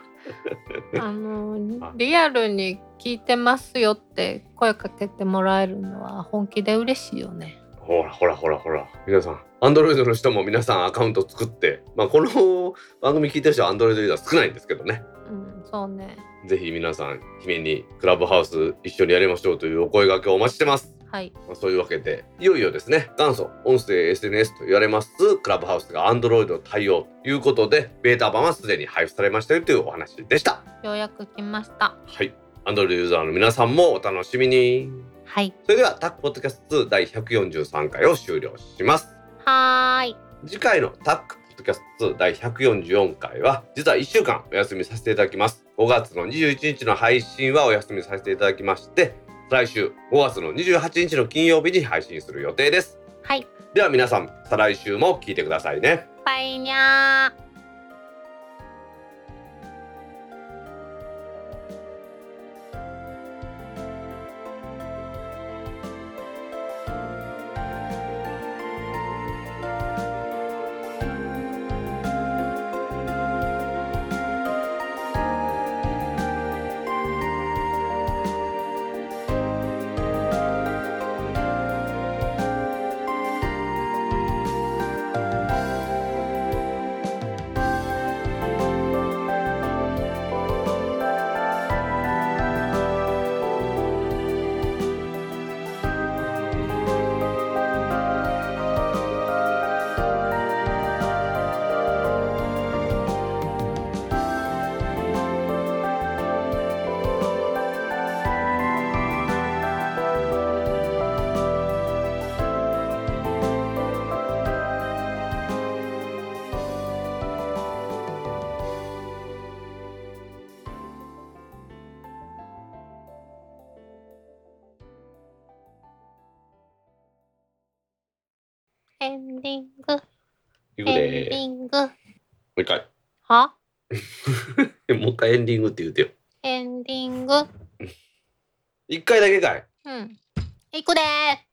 <laughs> あのあリアルに聞いてますよって声かけてもらえるのは本気で嬉しいよねほらほらほらほら皆さん Android の人も皆さんアカウント作って、まあ、この番組聞いてる人は Android ユーザー少ないんですけどねうん、そうね。ぜひ皆さん姫にクラブハウス一緒にやりましょうというお声掛けをお待ちしてますはい。まあ、そういうわけでいよいよですね元祖音声 SNS と言われますクラブハウスが Android 対応ということでベータ版はすでに配布されましたよというお話でしたようやく来ました。はい Android ユーザーの皆さんもお楽しみにはい。それではタックポッドキャスト2第143回を終了しますはーい。次回のタックポッドキャスト2第144回は実は1週間お休みさせていただきます5月の21日の配信はお休みさせていただきまして来週5月の28日の金曜日に配信する予定ですはい。では皆さん再来週も聞いてくださいね。バイニャー。エンディング。いくエンデでィング。もう一回。はもう一回エンディングって言うてよ。エンディング。一回だけかい。うん。いくでー。